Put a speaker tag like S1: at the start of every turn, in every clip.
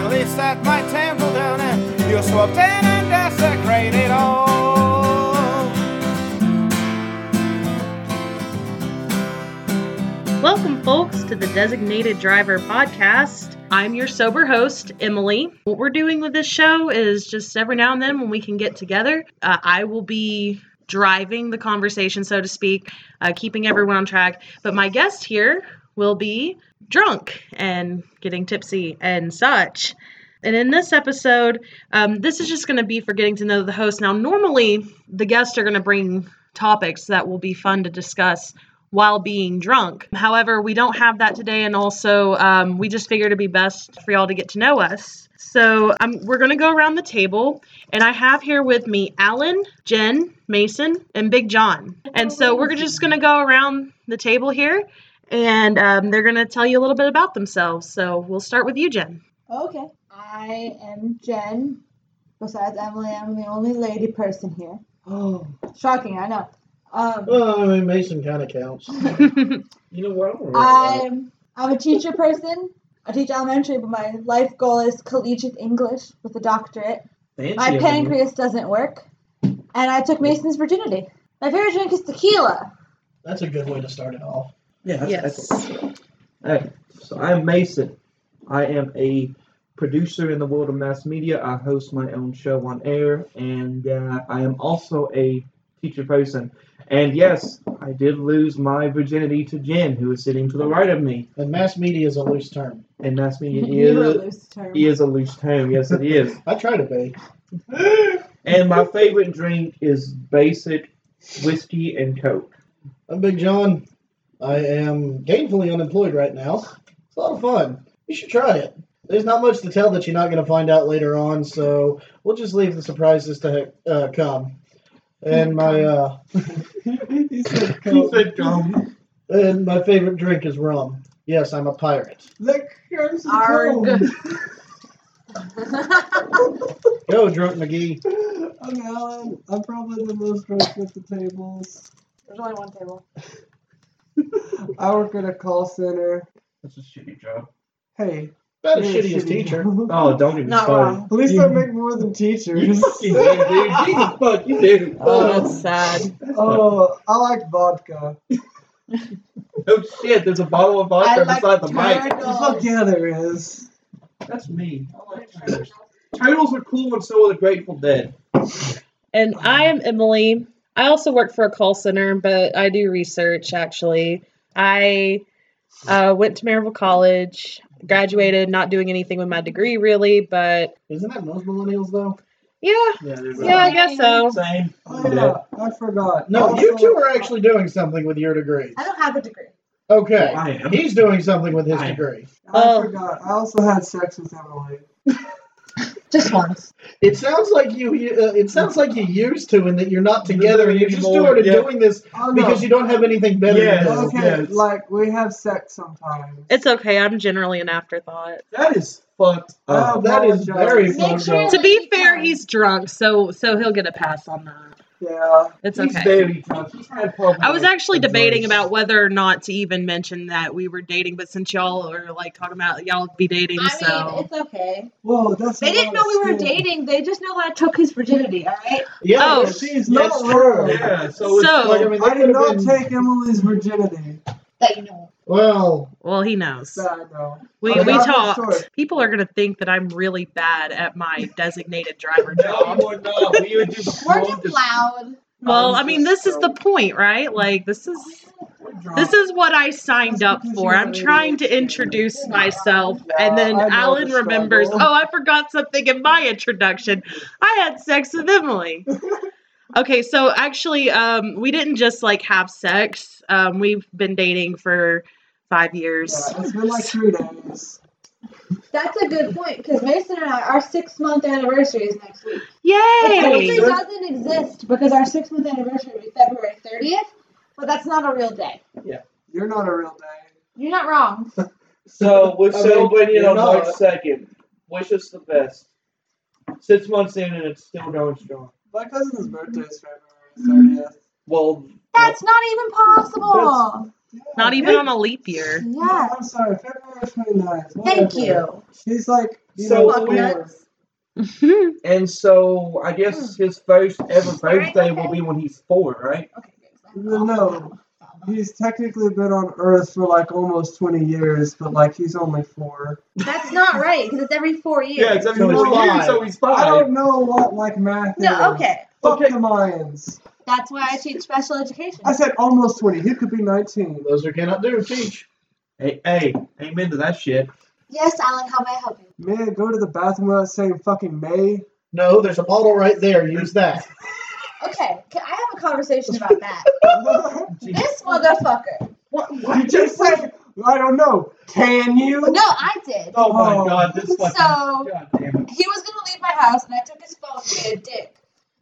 S1: that my temple down and you swept in and desecrated all.
S2: Welcome, folks, to the Designated Driver podcast. I'm your sober host, Emily. What we're doing with this show is just every now and then when we can get together, uh, I will be driving the conversation, so to speak, uh, keeping everyone on track. But my guest here will be drunk and getting tipsy and such. And in this episode, um, this is just going to be for getting to know the host. Now, normally the guests are going to bring topics that will be fun to discuss while being drunk. However, we don't have that today, and also um, we just figured it'd be best for y'all to get to know us. So um, we're going to go around the table, and I have here with me Alan, Jen, Mason, and Big John. And so we're just going to go around the table here, and um, they're going to tell you a little bit about themselves. So we'll start with you, Jen.
S3: Okay. I am Jen. Besides Emily, I'm the only lady person here.
S4: Oh,
S3: Shocking, I know. Um,
S4: well, I mean, Mason kind of counts. You know what? I'm I...
S3: I'm I'm a teacher person. I teach elementary, but my life goal is collegiate English with a doctorate.
S4: Fancy
S3: My
S4: of you.
S3: pancreas doesn't work, and I took Mason's virginity. My favorite drink is tequila.
S4: That's a good way to start it off.
S5: Yeah, that's
S2: Yes.
S5: excellent. Hey, so I'm Mason. I am a producer in the world of mass media. I host my own show on air, and uh, I am also a teacher person. And yes, I did lose my virginity to Jen, who is sitting to the right of me.
S4: And mass media is a loose term.
S5: And mass
S3: You were a
S5: media
S3: loose term.
S5: is, is a loose term. Yes, it is.
S4: I try to be.
S5: And my favorite drink is basic whiskey and coke.
S4: I'm Big John. I am gainfully unemployed right now. It's a lot of fun. You should try it. There's not much to tell that you're not going to find out later on, so we'll just leave the surprises to uh, come. And my uh,
S5: he said
S4: Coke.
S5: Coke.
S4: and my favorite drink is rum. Yes, I'm a pirate.
S5: The curse
S3: Arg.
S4: Go, drunk McGee.
S6: I'm Alan. I'm probably the most drunk at the tables.
S3: There's only one table.
S6: I work at a call center.
S5: That's a shitty job.
S6: Hey,
S4: About as
S6: you're a
S4: shitty as
S6: shitty
S4: teacher.
S6: job.
S5: Oh, don't even
S3: Not
S5: start.
S3: wrong.
S6: At least I make more than
S5: You
S6: teachers.
S5: fucking do, dude. Jesus fuck, you do.
S6: Oh,
S5: Oh,
S6: that's
S2: sad.
S6: oh, I like vodka.
S5: no shit, there's a bottle of
S3: I
S5: vodka
S3: like
S5: beside the mic.
S3: turtles.
S6: Yeah, there is.
S5: That's me. I like turtles. Turtles are cool and so are the Grateful Dead.
S2: And I am Emily. I also work for a call center, but I do research actually. I uh, went to Maryville College, graduated, not doing anything with my degree really, but
S4: Isn't that most millennials though?
S2: yeah,
S5: Yeah,
S2: yeah, I guess so.
S5: Same.
S6: Oh, yeah, I forgot.
S4: No, you
S6: Also-
S4: two are actually doing something with your degree.
S3: I don't have a degree.
S4: Okay.
S5: I am.
S4: He's doing something with his
S5: I-
S4: degree.
S6: I
S2: Oh.
S6: forgot. I also had sex with Emily.
S3: Just once.
S4: It sounds like you. you- Uh, it sounds like you used to, and that you're not together, and you're just
S5: Anymore,
S4: sort of
S5: yeah.
S4: doing this
S6: Oh, no.
S4: because you don't have anything better.
S5: Yes.
S4: To do.
S6: Okay,
S5: Yes.
S6: like we have sex sometimes.
S2: It's okay. I'm generally an afterthought.
S5: That is fucked
S6: Oh,
S5: up.
S4: That is very
S6: Make
S4: fucked
S3: sure-
S4: up.
S2: To be fair, he's drunk, so so he'll get a pass on that.
S6: Yeah.
S2: It's
S5: He's
S2: okay.
S5: very drunk. He's had pub
S2: I was
S5: nights
S2: actually
S5: and
S2: debating
S5: drinks.
S2: about whether or not to even mention that we were dating, but since y'all are like talking about y'all be dating,
S3: I
S2: so
S3: mean, it's okay.
S6: Whoa, that's.
S3: They
S6: a
S3: didn't know
S6: lot
S3: we
S6: of
S3: were
S6: skin.
S3: dating. They just know that I took his virginity. All right.
S4: Yeah.
S2: Oh,
S4: it's-
S6: She's
S4: yeah,
S6: not
S4: it's-
S6: real.
S5: Yeah, so it's
S2: So-
S5: like,
S4: I mean, that
S6: I did
S4: could
S6: not
S4: have been.
S6: take Emily's virginity.
S3: That you know.
S4: well,
S2: well he knows.
S6: Sad though.
S2: We,
S4: Okay.
S2: we
S4: I'm
S2: talked.
S6: sure.
S2: People are gonna think that I'm really bad at my designated driver
S5: no,
S2: job.
S5: you are not. We are just
S3: We're
S5: drunk
S3: just
S5: as-
S3: loud.
S2: Well, I mean, this is the point, right? Like this is
S6: We're drunk.
S2: this is what I signed up for. I'm trying to introduce myself, and then
S6: Yeah, I know
S2: Alan
S6: the
S2: remembers. Oh,
S6: struggle.
S2: I forgot something in my introduction. I had sex with Emily. Okay, so actually, um, we didn't just like have sex. Um, we've been dating for five years.
S6: Yeah, it's been like three days.
S3: That's a good point because Mason and I, our six month anniversary is next week.
S2: Yay!
S3: It doesn't exist because our six month anniversary would be February 30th, but that's not a real day.
S6: You're not a real day.
S3: You're not wrong.
S5: So we're
S4: I mean,
S5: celebrating it
S4: you're
S5: on
S4: not.
S5: March second. Wish us the best. Six months in and it's still going strong.
S6: My cousin's birthday is February thirtieth.
S5: Well,
S3: That's not even possible.
S2: Not even on a leap year.
S3: Yeah.
S6: I'm sorry, February pretty nice.
S3: Thank
S6: whatever.
S3: you.
S6: She's like, you
S5: So-
S6: know,
S3: Fuck
S6: whatever.
S3: nuts.
S5: And so I guess his first ever
S3: Sorry,
S5: birthday
S3: okay.
S5: will be when he's four, right?
S3: Okay, good.
S6: Well, no. He's technically been on Earth for like almost 20 years, but like he's only four.
S3: That's not right because it's every four years.
S5: Yeah, exactly.
S4: So
S5: He's
S4: he's
S5: five.
S4: five.
S5: So he's
S6: I
S5: five.
S6: don't know what like math is.
S3: No, okay.
S6: Fuck
S5: Okay.
S6: the Mayans.
S3: That's why I teach special education.
S6: I said almost 20. He could be 19.
S4: Those who cannot do, teach.
S5: Hey, hey, amen to that shit.
S3: Yes, Alan, how may I help you?
S6: May I go to the bathroom without saying fucking May?
S4: No, there's a bottle right there. Use that.
S3: Okay, can I have a conversation about that? this motherfucker.
S6: what, what you just said? I don't know. Can you?
S3: No, I did.
S5: Oh my
S6: Oh.
S5: god, this fucking
S3: So
S5: god damn it.
S3: he was gonna leave my house, and I took his phone to be a dick.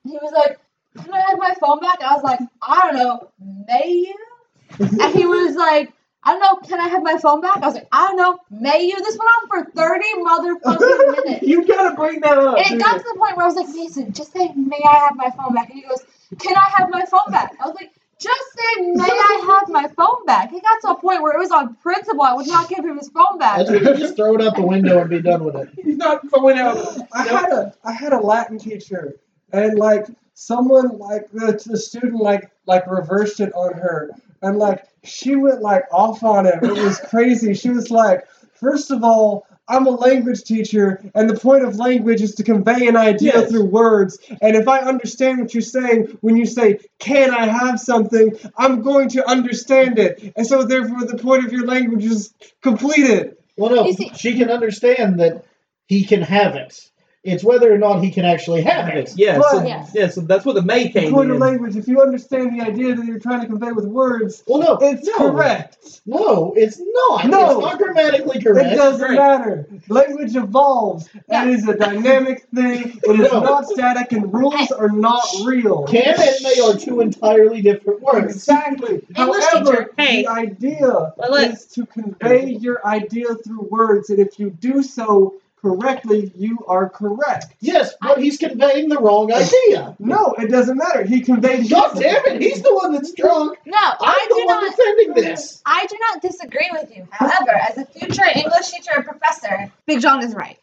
S3: He was like, "Can I have my phone back?" I was like, "I don't know, may you?" And he was like, "I don't know, can I have my phone back?" I was like, "I don't know, may you?" This went on for thirty motherfucking minutes.
S5: You gotta bring that up.
S3: And it
S5: dude.
S3: got to the point where I was like, Mason, just say, may I have my phone back? And he goes, can I have my phone back? I was like, just say, may I have my phone back? It got to a point where it was on principle. I would not give him his phone back.
S4: That's what you just throw it out the window and be done with it.
S5: He's not going out.
S6: I had a I had a Latin teacher, and like someone like the, the student like like reversed it on her, and like she went like off on him. It was crazy. She was like, first of all. I'm a language teacher, and the point of language is to convey an idea
S5: Yes.
S6: through words. And if I understand what you're saying when you say, Can I have something? I'm going to understand it. And so, therefore, the point of your language is completed.
S4: Well, no,
S3: You see-
S4: she can understand that he can have it. It's whether or not he can actually have it.
S5: Yeah, so,
S6: But-
S5: yeah.
S3: Yeah.
S5: so that's what the May
S6: The
S5: came
S6: point of
S5: in.
S6: language, if you understand the idea that you're trying to convey with words,
S4: Well, no,
S6: It's
S4: no,
S6: correct.
S4: No, it's not.
S6: No.
S4: it's not grammatically
S6: It
S4: correct.
S6: doesn't
S5: Correct.
S6: matter. Language evolves. It is a dynamic thing. It is
S4: No.
S6: not static, and rules are not real.
S4: Can and may are two entirely different words.
S6: Exactly.
S2: English
S6: However,
S2: teacher, hey.
S6: the idea
S2: Well, look.
S6: is to convey your idea through words, and if you do so correctly, you are correct.
S4: Yes, but he's conveying the wrong idea.
S6: No, it doesn't matter. He conveyed.
S4: God damn it, he's the one that's drunk.
S3: No, I,
S4: I'm the
S3: do
S4: one
S3: not.
S4: defending this.
S3: I do not disagree with you. However, as a future English teacher and professor, Big John is right.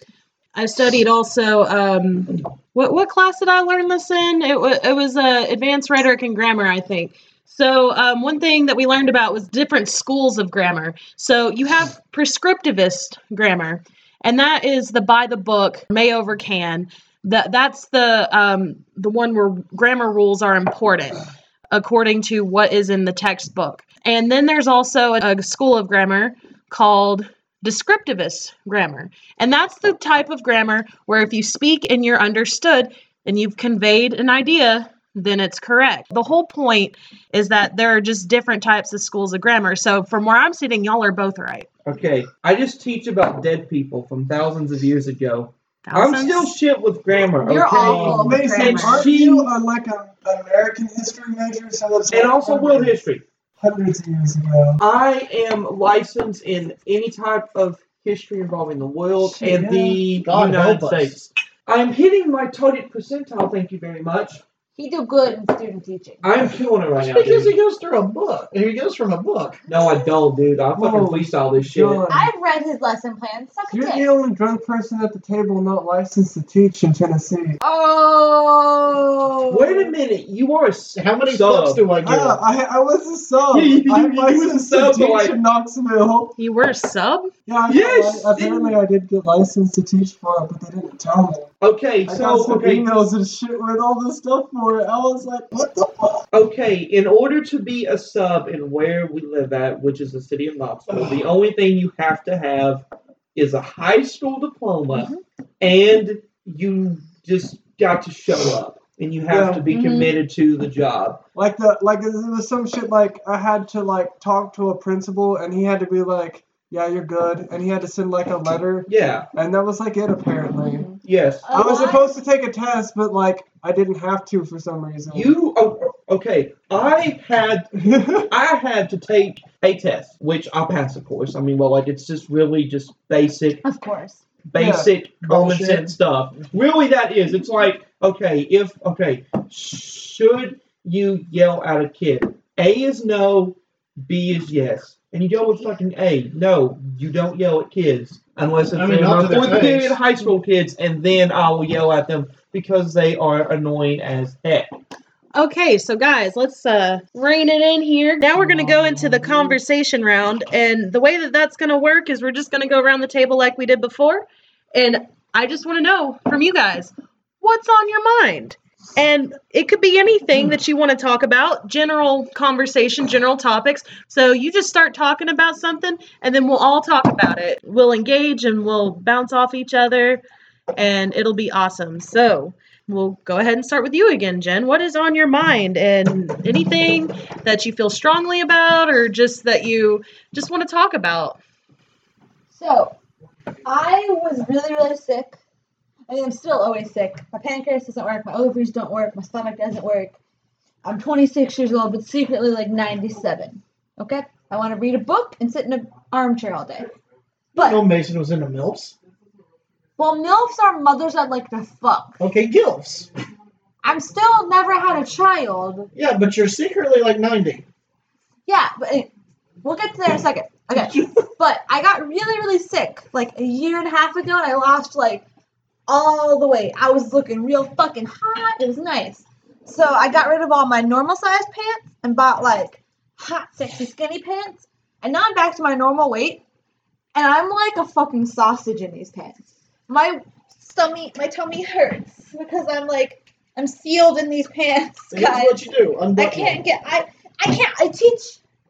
S2: I studied also. Um, what what class did I learn this in? It, wa it was uh, advanced rhetoric and grammar, I think. So um, one thing that we learned about was different schools of grammar. So you have prescriptivist grammar, and that is the by the book, may over can. That that's the um, the one where grammar rules are important according to what is in the textbook. And then there's also a, a school of grammar called descriptivist grammar. And that's the type of grammar where if you speak and you're understood and you've conveyed an idea, then it's correct. The whole point is that there are just different types of schools of grammar. So from where I'm sitting, y'all are both right.
S5: Okay, I just teach about dead people from thousands of years ago. I'm
S2: Thousands?
S5: still shit with grammar.
S3: You're
S5: okay?
S3: awful with
S6: Mason,
S5: And
S3: grammar.
S6: aren't
S5: she-
S6: you on like a, an American history major? So that's
S5: And also world history.
S6: hundreds of years ago.
S5: I am licensed in any type of history involving the world and the
S4: God
S5: United
S4: help us.
S5: States. I'm hitting my target percentile, thank you very much.
S3: He do good in student teaching.
S5: I'm killing it right
S4: Just
S5: now.
S4: because
S5: Dude.
S4: he goes through a book. He goes from a book.
S5: No, I don't, dude. I fucking
S6: Whoa,
S5: freestyle this shit.
S6: John,
S3: I've read his lesson plan. Suck a
S6: you're the
S3: dick.
S6: only drunk person at the table not licensed to teach in Tennessee.
S3: Oh.
S5: Wait a minute, you are a s-
S4: How many
S5: Sub.
S4: books do I get?
S6: Ah, I, I was a sub.
S5: Yeah, you- you- you
S6: I'm
S5: was a
S6: licensed
S5: sub,
S6: to
S5: but
S6: teach
S5: like-
S6: in Knoxville.
S2: You were a sub?
S6: Yeah, I got
S5: Yes,
S6: li- apparently I did get licensed to teach for it, but they didn't tell me.
S5: okay.
S6: I got
S5: So
S6: some
S5: okay,
S6: emails and shit with all this stuff for it. I was like, what the fuck?
S5: okay. In order to be a sub in where we live at, which is the city of Knoxville, the only thing you have to have is a high school diploma, and you just got to show up, and you have
S6: Yeah.
S5: to be
S2: Mhm.
S5: committed to the job.
S6: Like the like there was some shit like I had to like talk to a principal and he had to be like, yeah, you're good, and he had to send like a letter,
S5: Yeah.
S6: and that was like it apparently.
S5: Yes.
S3: A
S6: I was
S3: lot-
S6: supposed to take a test, but like I didn't have to for some reason.
S5: You oh, okay? I had I had to take a test, which I passed, of course. I mean, well, like it's just really just basic,
S3: Of course.
S5: basic common
S4: Bullshit.
S5: sense stuff. Really, that is. It's like okay, if okay, should you yell at a kid? A is no, B is yes. And you go with fucking A. No, you don't yell at kids unless it's
S4: I mean, not
S5: my
S4: to their
S5: fourth
S4: face.
S5: period high school kids, and then I will yell at them because they are annoying as heck.
S2: Okay, so guys, let's uh rein it in here. Now we're going to go into the conversation round and the way that that's going to work is we're just going to go around the table like we did before and I just want to know from you guys what's on your mind. And it could be anything that you want to talk about, general conversation, general topics. So you just start talking about something and then we'll all talk about it. We'll engage and we'll bounce off each other and it'll be awesome. So, we'll go ahead and start with you again, Jen. What is on your mind and anything that you feel strongly about or just that you just want to talk about?
S3: So, I was really, really sick. I mean, I'm still always sick. My pancreas doesn't work. My ovaries don't work. My stomach doesn't work. I'm 26 years old, but secretly like 97. Okay? I want to read a book and sit in an armchair all day.
S4: I know
S3: But,
S4: Mason was into MILFs.
S3: well, MILFs are mothers I'd like to fuck.
S4: Okay, GILFs.
S3: I'm still never had a child.
S4: Yeah, but you're secretly like 90.
S3: Yeah, but eh, we'll get to there in a second. Okay. But I got really, really sick like a year and a half ago, and I lost like all the weight. I was looking real fucking hot. It was nice. So I got rid of all my normal size pants and bought like hot, sexy, skinny pants. And now I'm back to my normal weight, and I'm like a fucking sausage in these pants. My stomach, my tummy hurts because I'm like, I'm sealed in these pants,
S4: Here's
S3: guys.
S4: what you do.
S3: I
S4: Unbutton
S3: can't get I I can't I teach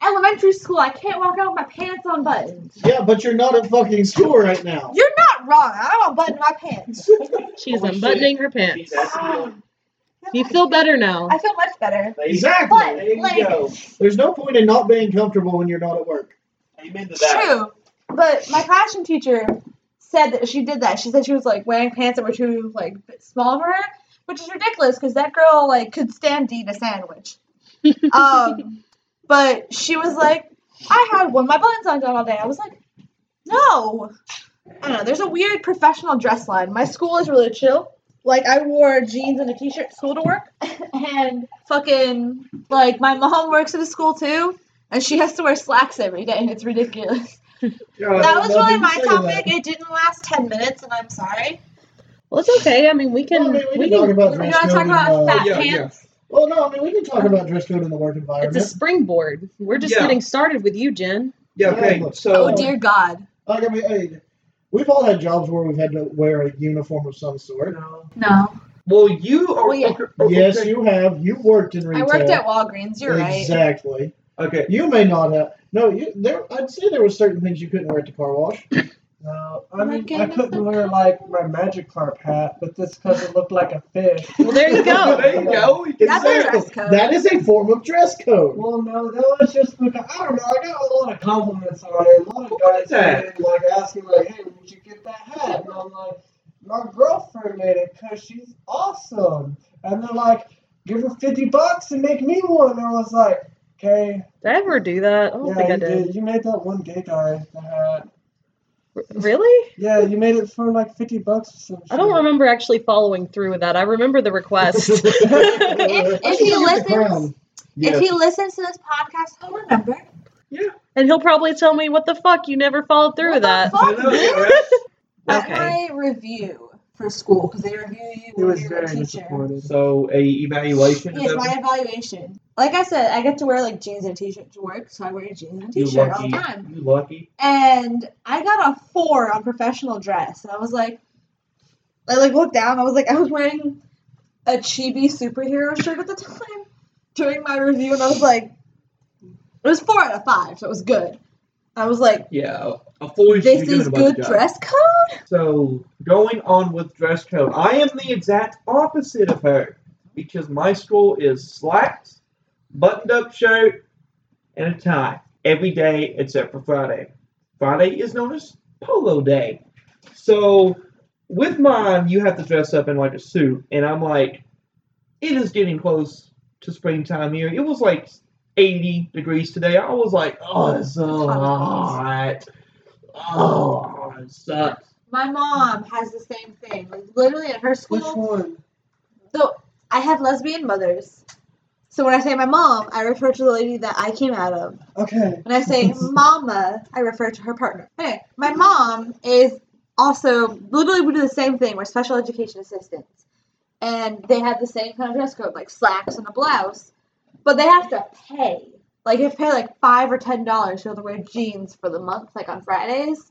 S3: elementary school. I can't walk out with my pants unbuttoned.
S4: them. Yeah, but you're not at fucking school right now.
S3: You're not wrong. I don't unbutton my pants.
S2: She's
S5: Holy shit.
S2: unbuttoning her pants. You feel better now.
S3: Um, I feel much better.
S4: Exactly.
S3: But
S4: There you
S3: like
S4: go. There's no point in not being comfortable when you're not at work.
S5: Amen to
S3: true. But my fashion teacher said that she did that. She said she was like wearing pants that were too like bit small for her, which is ridiculous because that girl like could stand to eat a sandwich. um, but she was like, I had one of my buttons undone all day. I was like, no. I don't know. There's a weird professional dress line. My school is really chill. Like I wore jeans and a t-shirt to school to work, and fucking like my mom works at a school too, and she has to wear slacks every day, and it's ridiculous. that was really my topic. It didn't last ten minutes, and I'm sorry.
S2: Well, it's okay. I mean, we
S4: Well, I
S2: can.
S4: mean, we
S2: we
S4: can talk
S2: can.
S4: about
S3: We're
S4: dress
S3: gonna talk
S4: code
S3: about
S4: and, uh,
S3: fat
S5: yeah, yeah.
S3: pants.
S4: Well, no, I mean we can talk about dress code in the work
S2: It's
S4: environment.
S2: a springboard. We're just
S5: Yeah.
S2: getting started with you, Jen.
S5: Yeah, okay. So
S3: Oh dear God,
S4: Like, I mean, hey, we've all had jobs where we've had to wear a uniform of some sort.
S3: no!
S5: Well, you
S3: Well,
S5: are.
S3: Oh, yeah.
S5: okay, okay.
S4: Yes, you have. You worked in
S3: I
S4: retail.
S3: worked at Walgreens. You're right.
S4: exactly.
S5: Okay.
S4: You may not have. No, you, there. I'd say there were certain things you couldn't wear at the car wash.
S6: No, I
S3: Am I
S6: mean, I
S3: getting
S6: couldn't
S3: a-
S6: wear like my magic carp hat, but this because it looked like a fish.
S2: Well, there you go.
S5: there you go.
S3: That's a dress code.
S4: That is a form of dress code.
S6: Well, no, that was just because I don't know. I got a lot of compliments on it. A lot of guys
S5: that?
S6: came in, like asking, like, "Hey, where'd you get that hat?" And I'm like, "My girlfriend made it because she's awesome." And they're like, "Give her fifty bucks and make me one." And I was like, "Okay,
S2: Did I ever do that? I don't
S6: yeah,
S2: think I
S6: you
S2: did.
S6: did. You made that one gay guy the hat.
S2: R- Really?
S6: Yeah, you made it for like fifty bucks or something."
S2: I don't remember actually following through with that. I remember the request.
S3: If- if he listens-
S5: Yes.
S3: If he listens to this podcast, he'll remember.
S2: and he'll probably tell me, what the fuck? You never followed through with
S3: What
S2: that.
S3: the fuck?
S5: Hello, yeah,
S3: At
S2: Okay.
S3: my review for school, because they review you
S6: It
S3: when
S6: was
S3: you're a
S6: very
S3: teacher.
S6: disappointing.
S5: So a evaluation.
S3: Yes,
S5: of
S3: my evaluation. Like I said, I get to wear like jeans and a t-shirt to work, so I wear a jeans and a
S5: you
S3: t-shirt all
S5: lucky.
S3: the time.
S5: You lucky.
S3: And I got a four on professional dress, and I was like, I like looked down. I was like, I was wearing a chibi superhero shirt at the time during my review, and I was like, it was four out of five, so it was good. I was like,
S5: Yeah, a four.
S3: this is good dress code.
S5: So going on with dress code, I am the exact opposite of her because my school is slacks, buttoned-up shirt, and a tie every day except for Friday. Friday is known as Polo Day. So with mine, you have to dress up in like a suit, and I'm like, it is getting close to springtime here. It was like 80 degrees today. I was like, oh, it's so hot. Oh, it sucks.
S3: My mom has the same thing. Like literally at her
S6: Which
S3: school,
S6: one?
S3: I have lesbian mothers. So when I say my mom, I refer to the lady that I came out of.
S6: Okay.
S3: When I say mama, I refer to her partner. Anyway, my mom is also literally we do the same thing. We're special education assistants, and they have the same kind of dress code, like slacks and a blouse, but they have to pay. Like they have to pay like five or ten dollars to wear jeans for the month, like on Fridays,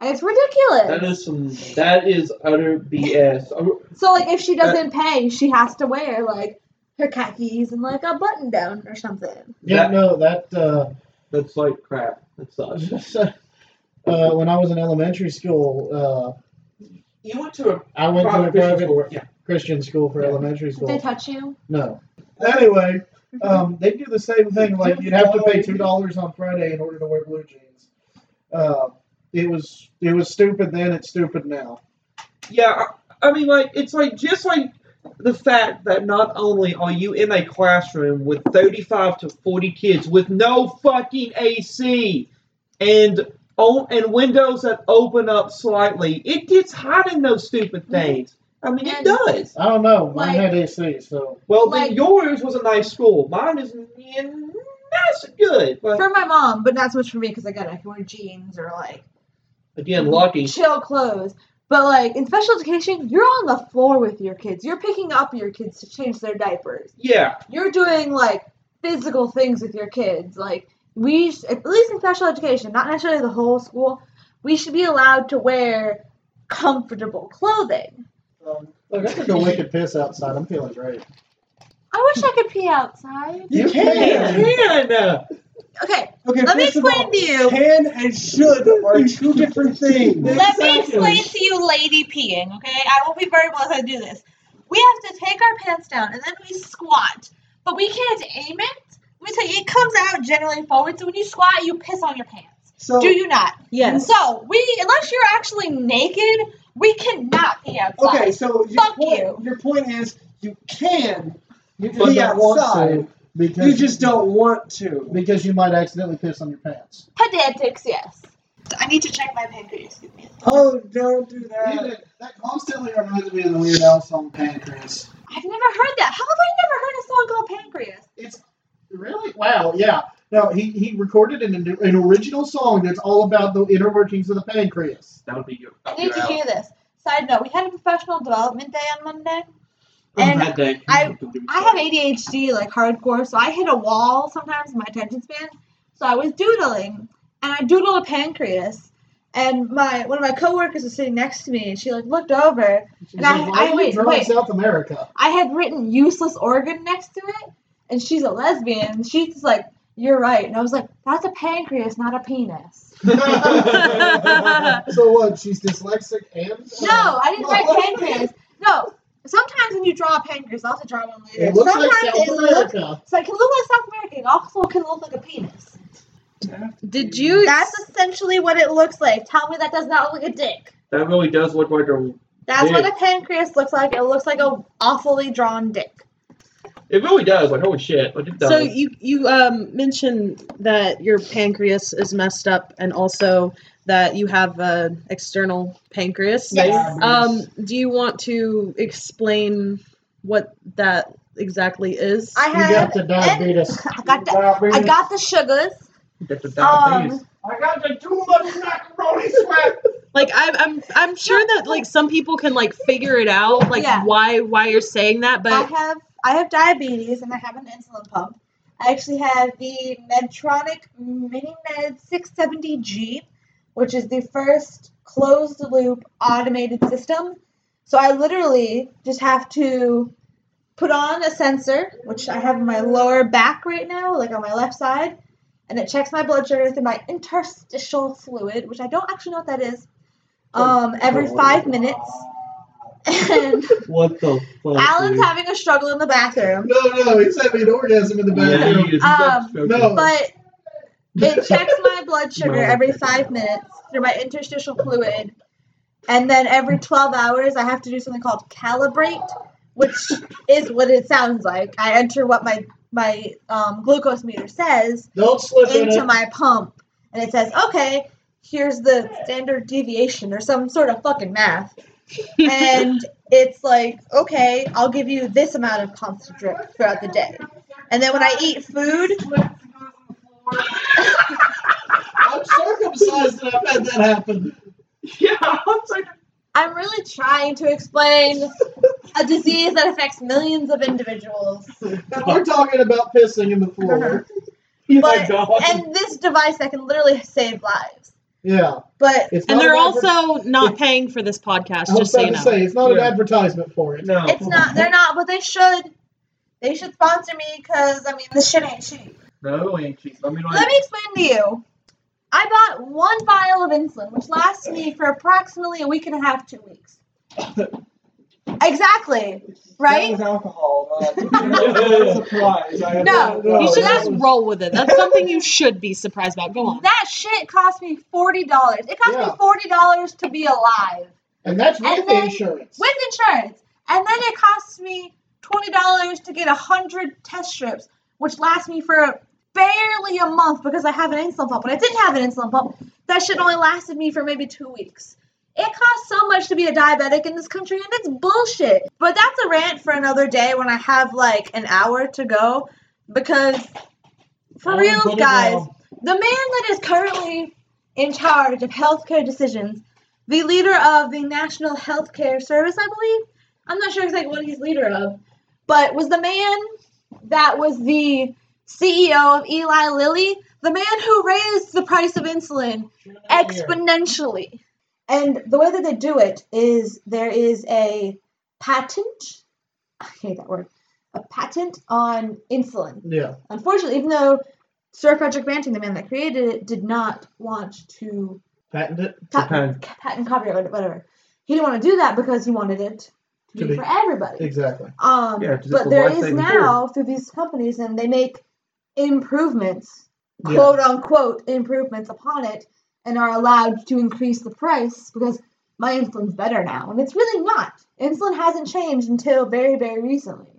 S3: and it's ridiculous.
S5: That is some. That is utter BS. Oh,
S3: So like if she doesn't pay, she has to wear like her khakis and like a button down or something.
S4: Yeah,
S5: That-
S4: no, that. Uh,
S5: That's like crap. That sucks.
S4: Mm-hmm. uh, when I was in elementary school,
S5: You went to a
S4: uh, I went to a
S5: private Christian
S4: private
S5: school. Yeah.
S4: Christian school for
S5: Yeah.
S4: elementary
S3: Did they
S4: school.
S3: touch you?
S4: No. Anyway, um, they do the same thing. Like you'd have to pay two dollars on Friday in order to wear blue jeans. Uh, it was it was stupid then. It's stupid now.
S5: Yeah, I I mean, like, it's like just like the fact that not only are you in a classroom with 35 to 40 kids with no fucking AC and on, and windows that open up slightly, it gets hot in those stupid things. I mean, it
S3: And-
S5: does.
S4: I don't know. Mine
S3: Like-
S4: had AC, so
S5: Well,
S3: Like-
S5: then yours was a nice school. Mine is yeah, that's good. But
S3: For my mom, but not so much for me because again, I can wear jeans or like
S5: again, lucky.
S3: chill clothes. But like in special education, you're on the floor with your kids. You're picking up your kids to change their diapers.
S5: Yeah,
S3: You're doing like physical things with your kids. Like we, sh- at least in special education, not necessarily the whole school, we should be allowed to wear comfortable clothing.
S4: um, look, I took a wicked piss outside. I'm feeling great.
S3: I wish I could pee outside.
S6: You
S5: can.
S6: can.
S5: uh,
S3: Okay,
S6: Okay.
S3: let me
S6: first of all,
S3: explain to you.
S6: Can and should are two different things.
S3: Let me
S5: Exactly.
S3: explain to you, lady peeing. Okay, I won't be verbal as I do this. We have to take our pants down and then we squat, but we can't aim it. Let me tell you, it comes out generally forward. So when you squat, you piss on your pants.
S6: So
S3: Do you not?
S2: Yes.
S3: So we, unless you're actually naked, we cannot pee outside.
S6: okay, so your
S3: Fuck
S6: point,
S3: you.
S6: your point is you can
S4: You
S6: just don't want to
S4: because
S6: you just don't want to.
S4: because you might accidentally piss on your pants.
S3: Pedantics, yes. I need to check my pancreas. Give me a-
S6: Oh, don't do that.
S4: that constantly reminds me of the Weird Al song Pancreas.
S3: I've never heard that. How have I never heard a song called Pancreas?
S4: Really? Wow. Yeah. No, he, he recorded an an original song that's all about the inner workings of the pancreas.
S5: that would be your.
S3: I
S5: up
S3: need
S5: your
S3: to
S5: alley.
S3: hear this. Side note, we had a professional development day on Monday. And
S5: That day.
S3: I- I have ADHD like hardcore, so I hit a wall sometimes in my attention span. So I was doodling and I doodled a pancreas. And my one of my coworkers was sitting next to me and she like looked over.
S4: She's
S3: And I-
S4: like, Why
S3: I-
S4: are you
S3: wait,
S4: drawing
S3: wait.
S4: South America?
S3: I had written useless organ next to it, and she's a lesbian. She's just like, You're right. And I was like, That's a pancreas, not a penis.
S4: so what? She's dyslexic and uh,
S3: No, I didn't write pancreas. No. Sometimes when you draw a pancreas, I'll have to draw one later.
S4: It looks
S3: Sometimes
S4: like South
S3: it looks
S4: America.
S3: So it can look like South American. It also can look like a penis.
S2: Did you?
S3: That's essentially what it looks like. Tell me that does not look like a dick.
S5: That really does look like a.
S3: That's what
S5: Dick.
S3: a pancreas looks like. It looks like a awfully drawn dick.
S5: It really does. Like holy shit! Like it does.
S2: So you you um, mentioned that your pancreas is messed up, and also that you have an external pancreas.
S3: Yes.
S2: Um, do you want to explain what that exactly is?
S3: I
S4: You got
S3: have.
S4: the diabetes.
S3: I got the. I got the sugars.
S5: That's what that
S3: Um,
S5: I got the too much macaroni sweat.
S2: like I'm, I'm I'm sure that like some people can like figure it out like
S3: Yeah.
S2: why why you're saying that,
S3: I
S2: but
S3: have. I have diabetes and I have an insulin pump. I actually have the Medtronic MiniMed 670G, which is the first closed loop automated system. So I literally just have to put on a sensor, which I have in my lower back right now, like on my left side, and it checks my blood sugar through my interstitial fluid, which I don't actually know what that is.
S2: Oh,
S3: Um, every five minutes, and
S5: What the fuck?
S3: Alan's having a struggle in the bathroom,
S4: No, no, he's having an orgasm in the
S5: Yeah,
S4: bathroom.
S5: he is
S3: Um,
S5: joking.
S4: no.
S3: but it checks my blood sugar
S5: Mama.
S3: every five minutes through my interstitial fluid, and then every 12 hours, I have to do something called calibrate, which is what it sounds like. I enter what my my um, glucose meter says,
S4: Don't slip in
S3: into
S4: it.
S3: my pump and it says, okay, here's the standard deviation or some sort of fucking math. And it's like, okay, I'll give you this amount of constant drip throughout the day. And then when I eat food,
S4: I'm circumcised and I've had that happen.
S5: Yeah, I'm like,
S3: I'm really trying to explain a disease that affects millions of individuals.
S4: And we're talking about pissing in the floor.
S5: he's
S3: But-
S5: like, God.
S3: And this device that can literally save lives.
S4: Yeah.
S3: But
S4: It's
S2: And
S4: not
S2: they're
S4: an
S2: also not paying for this podcast,
S4: I was
S2: just so
S4: about
S2: you
S4: to
S2: know.
S4: say, it's not an
S5: Yeah.
S4: advertisement for it.
S5: no.
S3: it's not, they're not, but they should. They should sponsor me because, I mean, this shit ain't cheap.
S5: No, ain't she? I mean, like,
S3: Let me explain to you. I bought one vial of insulin, which lasts me for approximately a week and a half, two weeks. Exactly.
S6: That
S3: Right?
S6: was alcohol. Uh, it's a surprise. I have-
S3: No,
S2: you should
S6: that
S2: just
S6: was-
S2: roll with it. That's something you should be surprised about. Go on.
S3: That shit cost me $40. It cost
S4: Yeah.
S3: me $40 to be alive.
S4: And that's with
S3: And then-
S4: insurance.
S3: with insurance. And then it costs me twenty dollars to get a hundred test strips, which lasts me for barely a month because I have an insulin pump. But I didn't have an insulin pump. That shit only lasted me for maybe two weeks. It costs so much to be a diabetic in this country, and it's bullshit. But that's a rant for another day when I have like an hour to go, because for
S6: Oh,
S3: real,
S6: buddy,
S3: guys,
S6: no.
S3: the man that is currently in charge of healthcare decisions, the leader of the National Healthcare Service, I believe. I'm not sure exactly what he's leader of, but was the man that was the CEO of Eli Lilly, the man who raised the price of insulin exponentially. And the way that they do it is there is a patent. I hate that word. A patent on insulin.
S4: Yeah.
S3: Unfortunately, even though Sir Frederick Banting, the man that created it, did not want to
S4: Patent it.
S3: pat-
S5: Japan.
S3: patent copyright whatever, he didn't want to do that because he wanted it to,
S4: To
S3: be,
S4: be-
S3: for everybody.
S4: Exactly.
S3: Um,
S5: Yeah, 'cause it's
S3: but
S5: a
S3: there is
S5: life-saving
S3: now through these companies, and they make improvements,
S4: Yeah.
S3: quote unquote improvements upon it, and are allowed to increase the price because my insulin's better now, and it's really not. Insulin hasn't changed until very, very recently.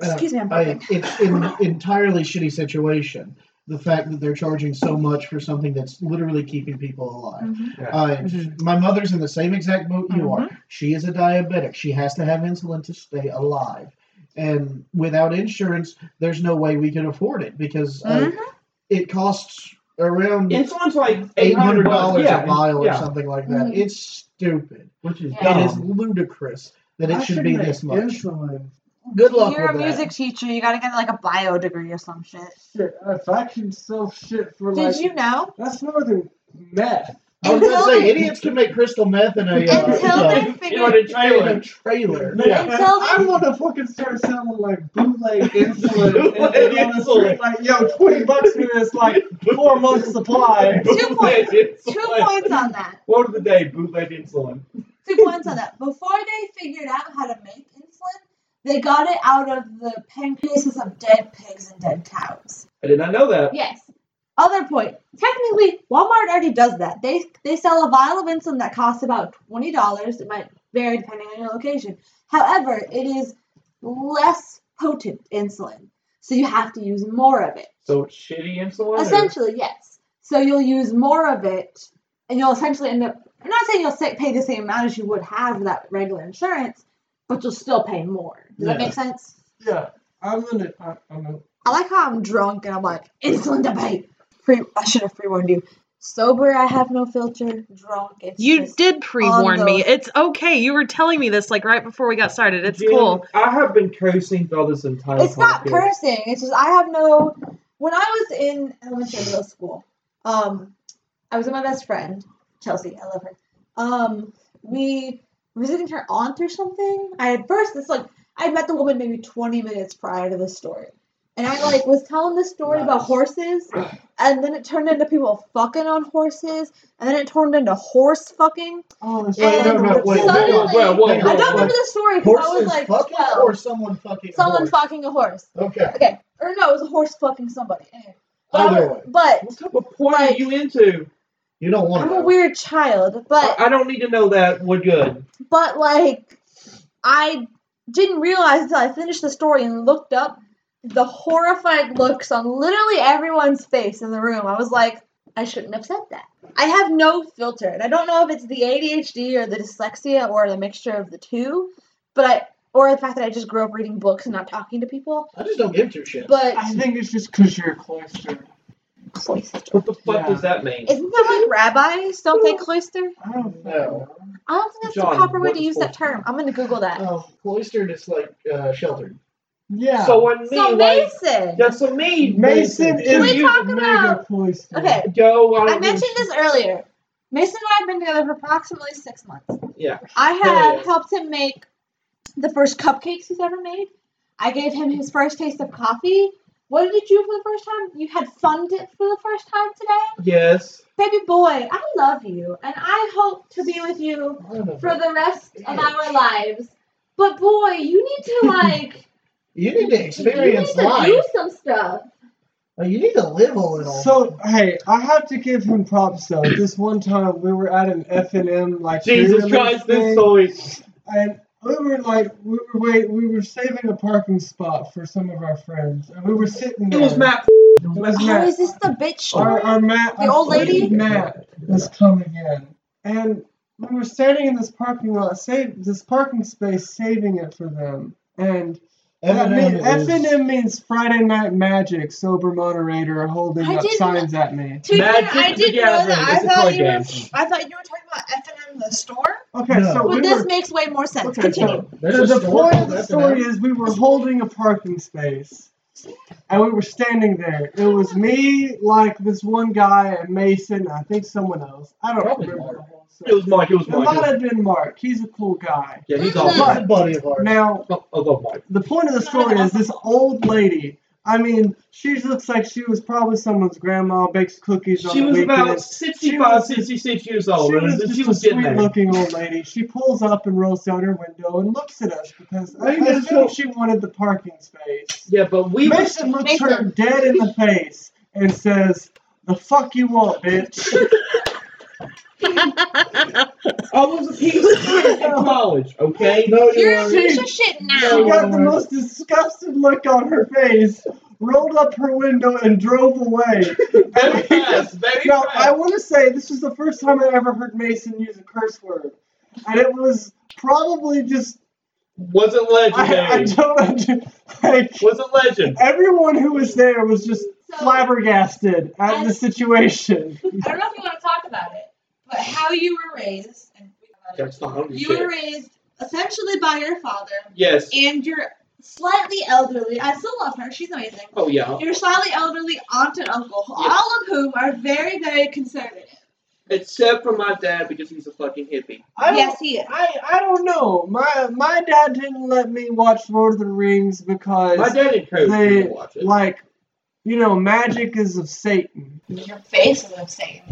S4: And I-
S3: Excuse me, I'm
S4: I,
S3: burping.
S4: it's an entirely shitty situation. The fact that they're charging so much for something that's literally keeping people alive.
S3: Mhm.
S4: Uh,
S2: Mhm.
S4: My mother's in the same exact boat you are. She is a diabetic. She has to have insulin to stay alive. And without insurance, there's no way we can afford it because uh,
S3: Mhm.
S4: it costs around
S5: Insulin's like
S4: eight hundred
S5: $800,
S4: dollars
S5: yeah,
S4: a vial
S5: yeah,
S4: or something like that.
S3: Mhm.
S4: It's stupid.
S5: Which is
S3: Yeah.
S4: It is
S5: dumb.
S4: ludicrous that
S6: I
S4: it should
S6: should
S4: be
S6: make
S4: this much.
S6: Insulin.
S4: Good luck
S3: You're a
S4: with that.
S3: music teacher. You gotta get like a bio degree or some shit.
S6: Shit, if I can sell shit for like
S3: Did you know?
S6: that's more than meth.
S4: I was gonna
S3: Until
S4: say
S3: they-
S4: idiots can make crystal meth in a uh,
S3: Until they
S4: uh,
S5: You
S3: figure
S5: know, the
S4: in
S5: trailer.
S4: a trailer.
S5: Yeah.
S6: Man,
S3: Until
S6: I want to fucking start selling like bootleg insulin. and
S5: Bootleg
S6: then on the
S5: insulin.
S6: street, Like yo, twenty bucks for this like four months supply.
S3: Two
S5: Bootleg
S3: two
S5: insulin.
S3: points on that.
S5: Word of the day, bootleg insulin.
S3: Two points on that. Before they figured out how to make insulin, they got it out of the pancreases of dead pigs and dead cows.
S5: I did not know that.
S3: Yes. Other point. Technically, Walmart already does that. They they sell a vial of insulin that costs about twenty dollars. It might vary depending on your location. However, it is less potent insulin, so you have to use more of it.
S5: So it's shitty insulin. or-
S3: Essentially, yes. So you'll use more of it, and you'll essentially end up. I'm not saying you'll sa- pay the same amount as you would have with that regular insurance, but you'll still pay more. Does that
S4: Yeah.
S3: make sense?
S6: Yeah, I'm gonna. I, I'm gonna.
S3: I like how I'm drunk and I'm like insulin debate. Pre- I should have pre-warned you. Sober, I have no filter. Drunk, it's
S2: You
S3: just-
S2: did pre-warn
S3: on
S2: me.
S3: those-
S2: It's okay. You were telling me this like right before we got started. It's
S5: Jim,
S2: cool.
S5: I have been cursing for this entire
S3: It's not
S5: podcast.
S3: cursing. It's just I have no. When I was in elementary and middle school, um, I was with my best friend Chelsea. I love her. Um, we were visiting her aunt or something. I had first this like I had met the woman maybe twenty minutes prior to this story, and I like was telling this story about
S5: Nice.
S3: horses, and then it turned into people fucking on horses, and then it turned into horse fucking.
S6: Oh, that's
S4: Wait, no,
S3: And
S4: no, wait,
S3: suddenly-
S4: hang on,
S5: Whoa, whoa,
S4: hang on.
S3: I don't remember
S4: Like,
S3: the story because I was
S4: Horses
S3: like
S4: fucking
S3: twelve.
S4: or someone fucking
S3: Someone
S4: horse?
S3: fucking a horse.
S4: Okay.
S3: Okay, or no, it was a horse fucking somebody. Anyway, But,
S4: Either way.
S3: but
S5: What type of porn are
S3: Like-
S5: you into?
S4: You don't want
S3: I'm
S4: to
S3: a weird child. But
S5: I, I don't need to know that. We're good.
S3: but like, I didn't realize until I finished the story and looked up the horrified looks on literally everyone's face in the room. I was like, I shouldn't have said that. I have no filter, and I don't know if it's the ADHD or the dyslexia or the mixture of the two. But I or the fact that I just grew up reading books and not talking to people.
S4: I just don't give two shits.
S3: But
S6: I think it's just because you're a cloister.
S3: cloister.
S5: What the fuck
S6: Yeah.
S5: does that mean?
S3: Isn't that like rabbis? Don't they cloister?
S6: I don't
S4: No.
S6: know.
S3: I don't think that's
S5: John,
S3: the proper way
S5: what
S3: to
S5: is Uh,
S3: use that
S5: cloister?
S3: term. I'm gonna Google that.
S4: Um, cloistered is like uh, sheltered.
S6: Yeah.
S5: So what me
S3: so
S5: like
S3: Mason.
S5: that's what me
S6: Mason
S5: Mason.
S6: is
S3: we
S6: you
S3: talk
S6: mega
S3: about-
S6: cloister.
S3: Okay.
S5: Go on.
S3: I mentioned this earlier. Mason and I have been together for approximately six months.
S5: Yeah.
S3: I
S5: Hell
S3: have
S5: yeah.
S3: helped him make the first cupcakes he's ever made. I gave him his first taste of coffee. What did you do for the first time? You had fun dip for the first time today?
S5: Yes.
S3: Baby boy, I love you, and I hope to be with you
S4: I don't know.
S3: for the rest of our lives. But boy, you need to like
S4: you need to experience
S3: you need to
S4: life.
S3: do some stuff.
S4: Like, you need to live a little.
S6: So hey, I have to give him props though. This one time we were at an F and M like
S5: Jesus
S6: pre-release
S5: Christ,
S6: thing,
S5: this story.
S6: and we were like we were wait we were saving a parking spot for some of our friends, and we were sitting
S5: It
S6: there.
S5: was Matt.
S6: It was
S3: Oh,
S6: Matt.
S3: is this the bitch story?
S6: Our, our Matt,
S3: The
S6: our
S3: old
S6: friend
S3: lady?
S6: Matt was coming in, and we were standing in this parking lot, save this parking space, saving it for them, and. That
S4: Eminem
S6: mean-
S4: is-
S6: FNM means Friday Night Magic. Sober moderator holding
S3: I
S6: up
S3: didn't-
S6: signs at me.
S3: To be fair,
S5: Magic
S3: I
S5: the
S3: didn't know
S5: Gathering
S3: that.
S5: is
S3: I
S5: a
S3: thought
S5: card
S3: you were. I
S5: game.
S3: thought you were talking about F and M the store.
S6: Okay,
S4: No.
S6: so
S3: Well,
S6: we
S3: this
S6: were.
S3: makes way more sense.
S6: Okay,
S3: Continue.
S6: so
S4: There's
S6: so
S4: a
S6: the
S4: store
S6: point
S4: called
S6: of the story
S4: FNM.
S6: is we were holding a parking space, and we were standing there. It was me, like this one guy, and Mason. I think someone else. I don't
S4: Probably
S6: remember.
S4: Mark.
S5: It was Mike. It was
S6: It might
S5: Mike.
S6: have been Mark. He's a cool guy.
S5: Yeah, he's
S4: It's
S5: all. Oh,
S4: a buddy of ours.
S6: Now
S5: I love Mike.
S6: the point of the story is this old lady. I mean, she looks like she was probably someone's grandma, bakes cookies on
S5: She
S6: the
S5: was
S6: weekends.
S5: about 65, 66 years old,
S6: she was
S5: Oh, and
S6: just
S5: she
S6: a
S5: was getting there.
S6: sweet-looking old lady. She pulls up and rolls down her window and looks at us because I
S5: Maybe that's
S6: assume
S5: what-
S6: she wanted the parking space.
S5: Yeah, but we were.
S6: Mason looks
S3: Mason.
S6: her dead in the face and says, "The fuck you want, bitch."
S5: I was a piece of shit in college, okay?
S4: No, you
S3: You're a
S4: are.
S3: piece of shit
S6: She
S3: now.
S6: got the most disgusted look on her face, rolled up her window, and drove away.
S5: Very fast, very
S6: Now, I
S5: fast.
S6: want to say this is the first time I ever heard Mason use a curse word, and it was probably just
S5: Wasn't
S6: I, I
S5: legendary.
S6: don't under- like
S5: Wasn't legend.
S6: everyone who was there was just
S3: So, I
S6: flabbergasted at the situation.
S3: don't know if you want to talk about it, but how you were raised, and
S5: That's the hungry
S3: you were
S5: shit.
S3: raised essentially by your father,
S5: Yes.
S3: and your slightly elderly. I still love her. She's amazing.
S5: Oh, yeah.
S3: Your slightly elderly aunt and uncle,
S5: Yes.
S3: all of whom are very, very conservative.
S5: Except for my dad because he's a fucking hippie.
S6: I don't,
S3: yes, he is.
S6: I, I don't know. My my dad didn't let me watch Lord of the Rings
S5: My
S6: because
S5: dad encouraged me to watch it.
S6: like you know magic is of Satan.
S3: Your face is insane.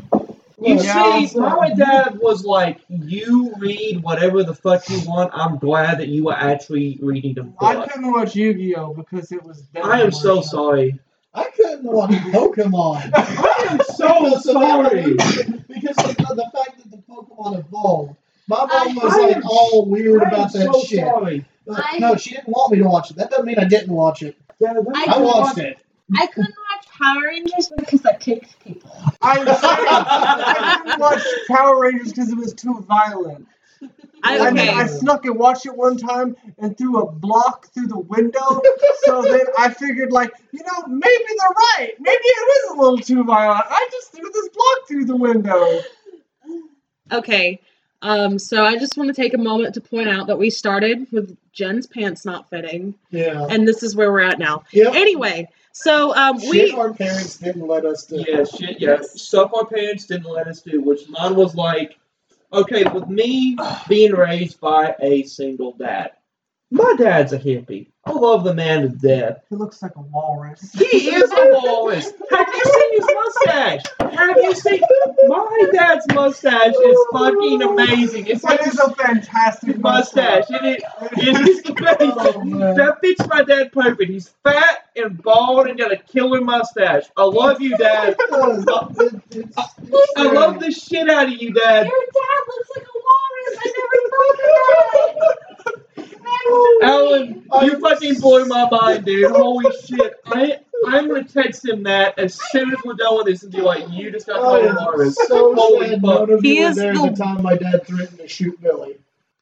S5: You
S6: Yeah.
S5: see, my dad was like, you read whatever the fuck you want. I'm glad that you are actually reading the
S6: I
S5: book.
S6: couldn't watch Yu-Gi-Oh because it was. them
S5: I am so
S6: worship.
S5: sorry.
S4: I couldn't watch Pokemon.
S5: I am so
S4: Because of
S5: sorry.
S4: evolution, Because of the fact that the Pokemon evolved. My
S3: I-
S4: mom was
S5: I
S4: like
S5: am-
S4: all weird
S5: I am
S4: about that
S5: so
S4: shit.
S5: sorry.
S4: But
S3: I-
S4: no, she didn't want me to watch it. That doesn't mean I didn't watch it.
S5: Dad, that's
S3: I
S4: I,
S5: not
S3: couldn't
S4: watched
S5: my-
S4: it.
S3: I couldn't watch Power Rangers because I kicked people.
S6: I'm sorry. I couldn't watch Power Rangers because it was too violent.
S2: I,
S6: I,
S2: okay.
S6: mean, I snuck and watched it one time and threw a block through the window. so then I figured, like, you know, maybe they're right. Maybe it is a little too violent. I just threw this block through the window.
S2: Okay. Um, so I just want to take a moment to point out that we started with Jen's pants not fitting,
S4: Yeah.
S2: and this is where we're at now.
S4: Yep.
S2: Anyway, so um,
S4: shit
S2: we
S4: our parents didn't let us do.
S5: Yeah, shit, yeah. Stuff our parents didn't let us do, which mine was like, okay, with me being raised by a single dad, my dad's a hippie. I love the man to death.
S6: It looks like a walrus.
S5: He is a walrus. Have you seen his mustache? Have you seen my dad's mustache? is fucking amazing. It's like
S6: It is a fantastic
S5: his mustache. It is, it is
S6: Oh,
S5: amazing.
S6: man.
S5: That fits my dad perfect. He's fat and bald and got a killer mustache. I love you, dad.
S4: It- it's-
S5: I love the shit out of you,
S3: Your
S5: dad.
S3: dad looks like a walrus. I never thought of that.
S5: Alan, you
S4: I'm
S5: fucking blew my mind, dude. Holy shit. I, I'm gonna text him that as soon as we're done with this and be like, you just got
S4: Oh,
S5: called
S4: yeah.
S5: Morris.
S4: So
S5: Holy
S4: sad
S5: fuck.
S4: none of
S2: He
S4: you were
S2: is
S4: there
S2: the-
S4: the time my dad threatened to shoot Billy.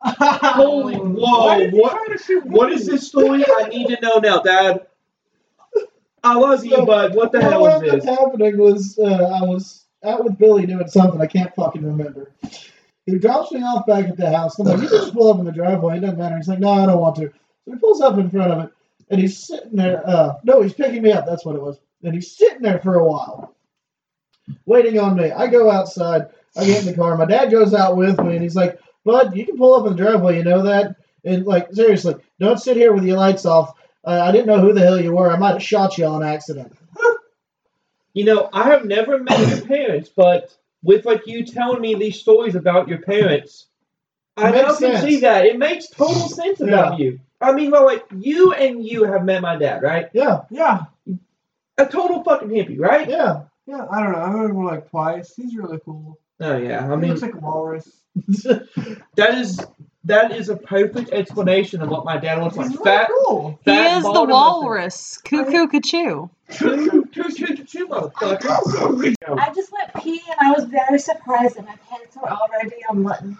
S4: Oh,
S5: Holy
S6: Why
S5: whoa!
S6: did you
S5: What
S6: try to shoot
S5: what
S6: me?
S5: is this story? I need to know now, Dad. I love you,
S4: So,
S5: but what the
S4: Well,
S5: hell
S4: what
S5: is
S4: ended
S5: this?
S4: up happening was uh, I was out with Billy doing something I can't fucking remember. He drops me off back at the house. I'm like, you can just pull up in the driveway. It doesn't matter. He's like, no, I don't want to. So he pulls up in front of it, and he's sitting there. Uh, no, he's picking me up. That's what it was. And he's sitting there for a while, waiting on me. I go outside. I get in the car. My dad goes out with me, and he's like, "Bud, you can pull up in the driveway. You know that." And like, seriously, don't sit here with your lights off. Uh, I didn't know who the hell you were. I might have shot you on accident.
S5: You know, I have never met your parents, but with like you telling me these stories about your parents, I
S4: Makes
S5: now can
S4: sense.
S5: see that it makes total sense about you. I mean, well, like you and you have met my dad, right?
S4: Yeah,
S6: Yeah,
S5: A total fucking hippie, right?
S4: yeah.
S6: yeah. I don't know. I've met him like twice. He's really cool.
S5: Oh yeah. I
S6: he
S5: mean,
S6: looks like a walrus.
S5: that is that is a perfect explanation of what my dad looks like.
S6: He's really
S5: Fat,
S6: cool.
S2: He
S5: fat
S2: is the
S5: bald and muscular.
S2: walrus. Cuckoo, cachoo.
S5: Choo, choo, choo, choo, choo, motherfucker.
S3: I just went pee and I was very surprised that my pants were already unbuttoned.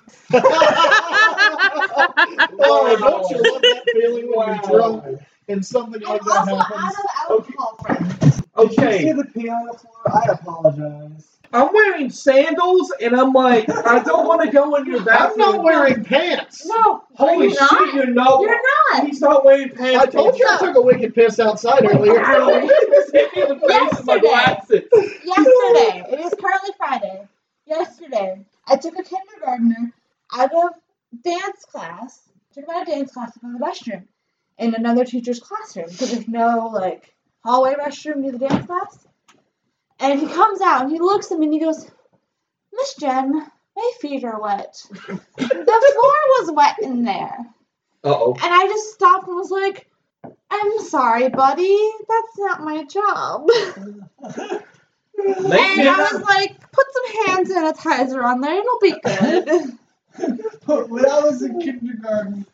S4: oh, don't you love that feeling when
S5: Wow.
S4: you're drunk and something
S3: I'm
S4: like that
S3: also out
S4: happens?
S3: of alcohol, friend.
S6: Did you see
S5: Okay,
S6: the pee on the floor? I apologize.
S5: I'm wearing sandals and I'm like, I don't want to go in your
S4: I'm
S5: bathroom.
S4: not wearing pants.
S3: No,
S5: Holy
S3: Are you
S5: shit,
S3: not?
S5: you're not.
S3: you're not.
S5: He's not wearing pants.
S4: I told you I took a wicked piss outside earlier.
S5: Bro, he just hit me in the face with my
S3: Yesterday.
S5: glasses.
S3: Yesterday, it is currently Friday. Yesterday, I took a kindergartner out of dance class, took him out of dance class to go to the restroom in another teacher's classroom because there's no like hallway restroom near the dance class. And he comes out and he looks at me and he goes, Miss Jen, my feet are wet. the floor was wet in there.
S5: Uh oh.
S3: And I just stopped and was like, I'm sorry, buddy. That's not my job.
S5: Make
S3: And I
S5: sense.
S3: was like, put some hand sanitizer on there, it'll be good.
S6: But when I was in kindergarten,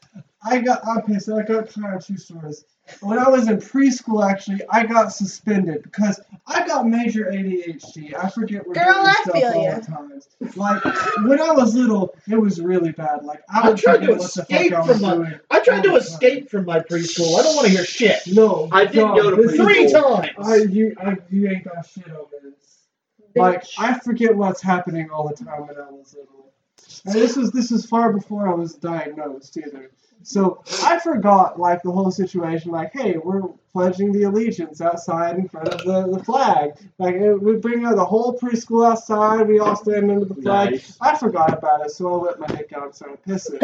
S6: I got okay, so I got caught on two stories. When I was in preschool, actually, I got suspended because I got major ADHD. I forget what
S3: Girl, I feel
S6: all
S3: ya.
S6: the times. Like when I was little, it was really bad. Like I
S4: I'm
S6: would
S4: trying
S6: forget
S4: to
S6: what the
S4: escape
S6: fuck I was
S4: from my-
S6: doing.
S4: I tried to escape from my preschool. I don't want to hear shit.
S6: No,
S5: I didn't
S6: no,
S5: go to
S6: this is-
S4: Three
S6: I
S4: times.
S6: you I you ain't got shit on this. Like I forget what's happening all the time when I was little. And this was this was far before I was diagnosed either. So I forgot like the whole situation. Like, hey, we're pledging the allegiance outside in front of the, the flag. Like it, we bring out the whole preschool outside. We all stand under the flag.
S5: Nice.
S6: I forgot about it, so I let my dick out and started pissing.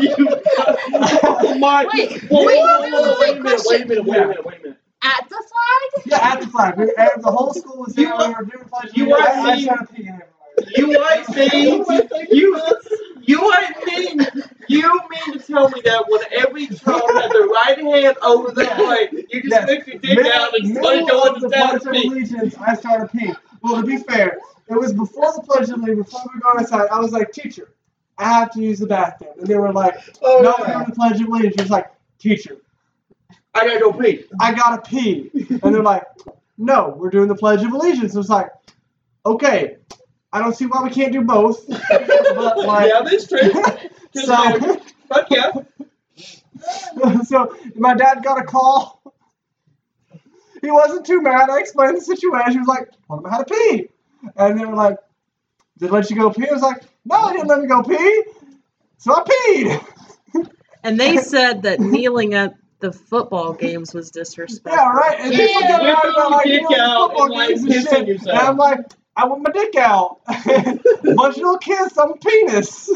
S5: You- oh my.
S3: Wait,
S5: whoa,
S3: wait,
S5: whoa,
S3: wait,
S5: whoa, whoa,
S3: wait,
S5: wait a minute, wait a minute, wait a minute, wait a minute.
S3: At the flag?
S6: yeah, at the flag. We, and the whole school was
S5: You
S6: there.
S5: are-
S6: we were doing pledging.
S5: you
S6: the
S5: are
S6: allegiance. I
S5: seeing-
S6: started peeing everywhere.
S5: You ain't seen. You, you ain't mean. You mean to tell me that when every child had the right hand over the plate, you just
S6: Yes.
S5: took your dick out and started
S6: middle
S5: going
S6: of
S5: to
S6: the
S5: town
S6: Pledge of
S5: to me?
S6: Allegiance, I started peeing. Well, to be fair, it was before the Pledge of Allegiance, before we go outside, I was like, teacher, I have to use the bathroom. And they were like,
S4: Oh,
S6: no, we're
S4: yeah.
S6: doing the Pledge of Allegiance. I was like, teacher,
S5: I gotta go pee.
S6: I gotta pee. And they're like, no, we're doing the Pledge of Allegiance. I was like, okay, I don't see why we can't do both. But like,
S5: yeah, that's true. Just like,
S6: so,
S5: fuck yeah.
S6: so my dad got a call. He wasn't too mad. I explained the situation. He was like, told him how to pee. And they were like, did it let you go pee? I was like, no, they didn't let me go pee. So I peed.
S2: And they said that kneeling at the football games was disrespectful.
S6: Yeah, right. And people
S3: Yeah.
S6: get mad about like,
S5: Dick
S6: you know, the
S5: out
S6: football
S5: and, like,
S6: games and
S5: pissing
S6: shit. And
S5: yourself.
S6: I'm like, I want my dick out. Bunch of little kids, I'm a penis.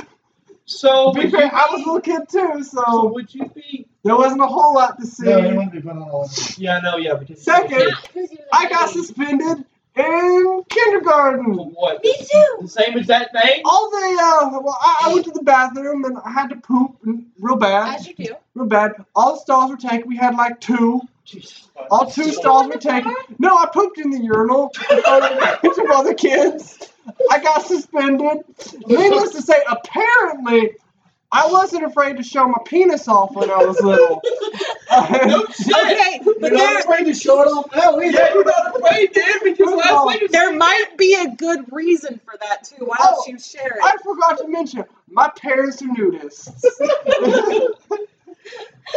S5: So
S6: To be
S5: would, you,
S6: fair, I was a little kid too,
S5: so
S6: so
S5: would you be?
S6: there wasn't a whole lot to see.
S4: No, you wouldn't be put on all that.
S5: Yeah, no, yeah. But just-
S6: Second,
S3: Because he was
S6: I got
S3: like,
S6: suspended in kindergarten.
S5: What?
S3: Me too.
S5: The same exact thing.
S6: All the uh, well, I, I went to the bathroom and I had to poop and real bad,
S3: As you do.
S6: real bad. All the stalls were taken. We had like two.
S5: Jesus.
S6: All two stalls were taken. No, I pooped in the urinal in front of a bunch of other kids. I got suspended. Needless to say, apparently, I wasn't afraid to show my penis off when I was little.
S5: No shit.
S2: Okay,
S4: You're
S2: but
S4: not
S2: there
S4: afraid to show it off now either.
S5: Yeah, you're not afraid, Dan, because last week you
S2: there might be a good reason for that too. Why don't
S6: Oh,
S2: you share it?
S6: I forgot to mention, my parents are nudists.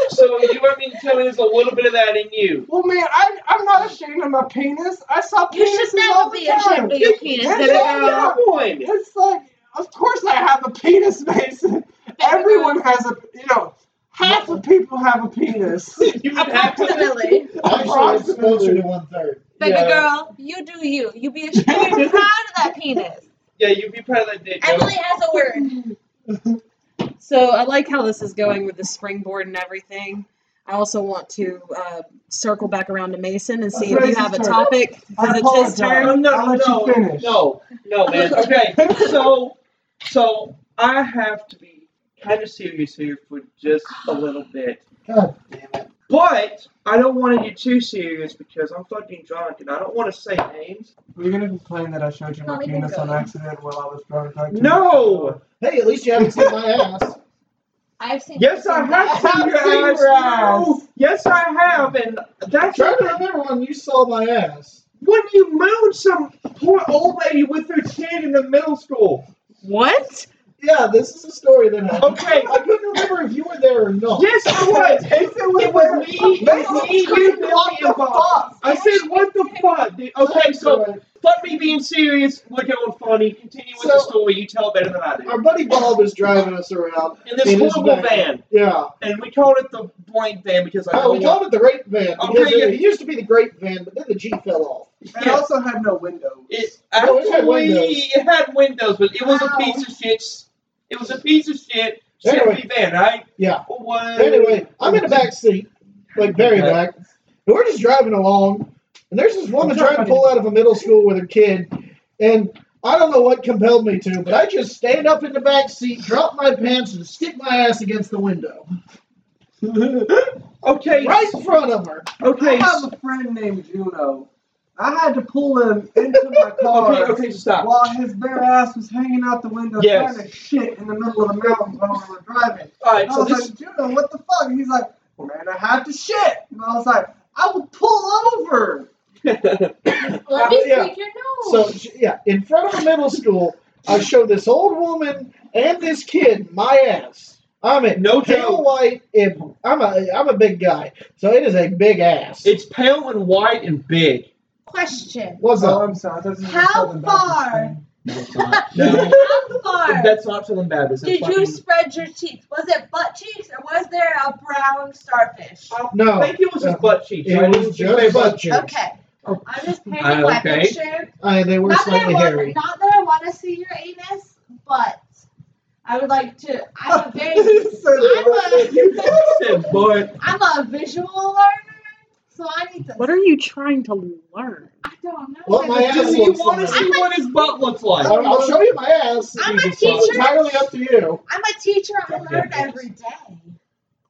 S5: So you want me to tell me there's a little bit of that in you?
S6: well, man, I, I'm not ashamed of my penis. I saw
S3: You
S6: penises
S3: should
S6: all
S3: never
S6: the
S3: be
S6: time.
S3: ashamed of your penis,
S6: Yeah,
S3: baby
S6: yeah,
S3: girl.
S5: Come on.
S6: It's like, of course I have a penis, Mason. Everyone has a, you know, half of people have a penis.
S5: You
S3: uh,
S5: would have to-
S3: Approximately.
S4: Actually, it's closer to one third.
S3: Baby
S5: Yeah.
S3: girl, you do you. You be ashamed, be proud of that penis.
S5: Yeah, you'd be proud of that dick. yo.
S3: Emily has a word.
S2: So I like how this is going with the springboard and everything. I also want to uh, circle back around to Mason and see if you
S6: Grace's
S2: have a
S6: turn.
S2: topic for the
S6: I
S2: Tiz
S6: apologize.
S5: No,
S2: turn.
S5: no,
S6: I'll let
S5: no,
S6: you finish.
S5: No, no, man. Okay, so, so I have to be kind of serious here for just a little bit.
S4: God damn it.
S5: But I don't want to get too serious because I'm fucking drunk and I don't want to say names.
S6: Were you gonna complain that I showed you my
S3: Not even
S6: penis on
S3: going.
S6: accident while I was drunk? like,
S5: No!
S4: Hey, at least you haven't seen my ass.
S3: I've seen
S5: Yes, I have seen your
S6: Seen
S5: ass.
S6: your ass.
S5: Yes, I have, and that's
S4: Try to remember when you saw my ass.
S5: when you moon some poor old lady with her kid in the middle school.
S2: What?
S4: Yeah, this is a story that happened.
S5: Okay.
S4: I couldn't remember if you were there or not.
S5: Yes, I was. It was, it was me. It was me. You,
S6: Mason,
S5: Billy,
S6: what the
S5: and Bob.
S6: fuck?
S5: I said, what the fuck? dude? Okay, so
S4: Alright.
S5: fuck me being serious. We're going funny. Continue with the
S4: So-
S5: story. You tell it better than I do.
S4: Our buddy Bob is driving us around.
S5: In this
S4: in his
S5: horrible
S4: van.
S5: van,
S4: Yeah.
S5: and we called it the blank van because I
S4: Uh, we
S5: don't want-
S4: called it the rape van
S5: Okay,
S4: because
S5: yeah.
S4: it, it used to be the grape van, but then the G fell off.
S6: It also had no windows.
S5: It
S4: No, it had
S5: actually
S4: windows.
S5: it had windows, but it was a
S3: Wow.
S5: piece of shit. It was a piece of shit. Shitty
S4: Anyway.
S5: van, right?
S4: Yeah.
S5: Was,
S4: Anyway, I'm in the back seat, like very
S5: Okay.
S4: back, and we're just driving along, and there's this woman trying to pull out of a middle school with her kid, and I don't know what compelled me to, but I just stand up in the back seat, drop my pants, and stick my ass against the window,
S5: Okay.
S4: right in front of her.
S5: Okay.
S6: I have a friend named Juno. I had to pull him into my car
S5: Okay. Okay. Stop.
S6: while his bare ass was hanging out the window
S5: Yes.
S6: trying to shit in the middle of the mountains while we were driving.
S5: All right.
S6: And
S4: Oh,
S6: I
S5: So
S6: was
S5: this.
S6: like, Juno, what the fuck? And he's like, well, man, I had to shit. And I was like, I will pull over.
S3: Let me
S4: Yeah.
S3: speak your nose.
S4: So she- yeah, in front of a middle school, I show this old woman and this kid my ass. I'm at
S5: No
S4: pale
S5: joke.
S4: white, and I'm a I'm a big guy, so it is a big ass.
S5: It's pale and white and big.
S3: Question.
S4: What's
S6: Oh,
S5: Um,
S4: up?
S6: I'm sorry. That's just
S3: How
S6: Southern Baptist
S3: far?
S6: thing.
S5: No, it's not.
S3: How
S5: No.
S3: far
S5: That's not Southern Baptist.
S3: did
S5: That's
S3: you
S5: fucking-
S3: spread your cheeks? Was it butt cheeks or was there a brown starfish?
S4: No.
S5: I think it was his butt cheeks.
S4: Oh, It
S5: right?
S4: was
S5: his bare
S4: just
S5: butt.
S4: butt cheeks.
S3: Okay.
S5: Oh.
S3: I'm just painting
S5: Uh,
S3: my
S5: okay.
S3: picture.
S4: Uh, they were
S3: Not that, I
S4: slightly
S3: want,
S4: hairy.
S3: not that I want to see your anus, but I would like to. I'm a very,
S6: He said,
S5: You said butt.
S3: I'm a visual learner, so I need to.
S2: What are you trying to learn?
S3: I don't know.
S4: Well, my ass
S5: Just you
S4: looks
S5: want to
S4: like.
S5: see what his butt looks like.
S4: I'll, I'll show you my ass.
S3: I'm a
S4: Jesus,
S3: teacher.
S4: It's entirely up to you.
S3: I'm a teacher. I
S5: Okay,
S3: learn
S5: thanks.
S3: every day.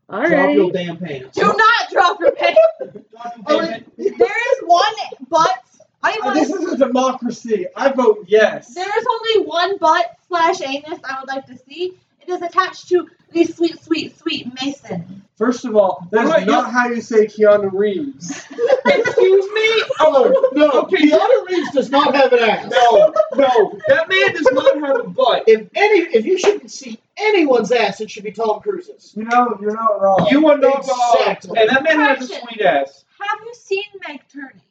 S2: All
S5: Drop
S2: right.
S5: your damn pants.
S3: Do not drop your pants.
S5: Drop your
S4: All
S5: damn
S4: right.
S5: pants.
S3: There is one butt. I
S6: "Uh,
S3: want.
S6: This is a democracy. I vote yes.
S3: There is only one butt slash anus I would like to see. It is attached to the sweet, sweet, sweet Mason.
S6: First of all, that's
S5: Alright,
S6: not how you say Keanu Reeves.
S5: Excuse me?
S4: Oh, no,
S5: Okay.
S4: Keanu Reeves does not have an ass.
S5: No, no, that man does not have a butt.
S4: If any, if you shouldn't see anyone's ass, it should be Tom Cruise's.
S6: You know, you're not wrong.
S5: You are not
S4: Exactly.
S5: wrong. And that man has a sweet ass.
S3: Have you seen Meg Turney?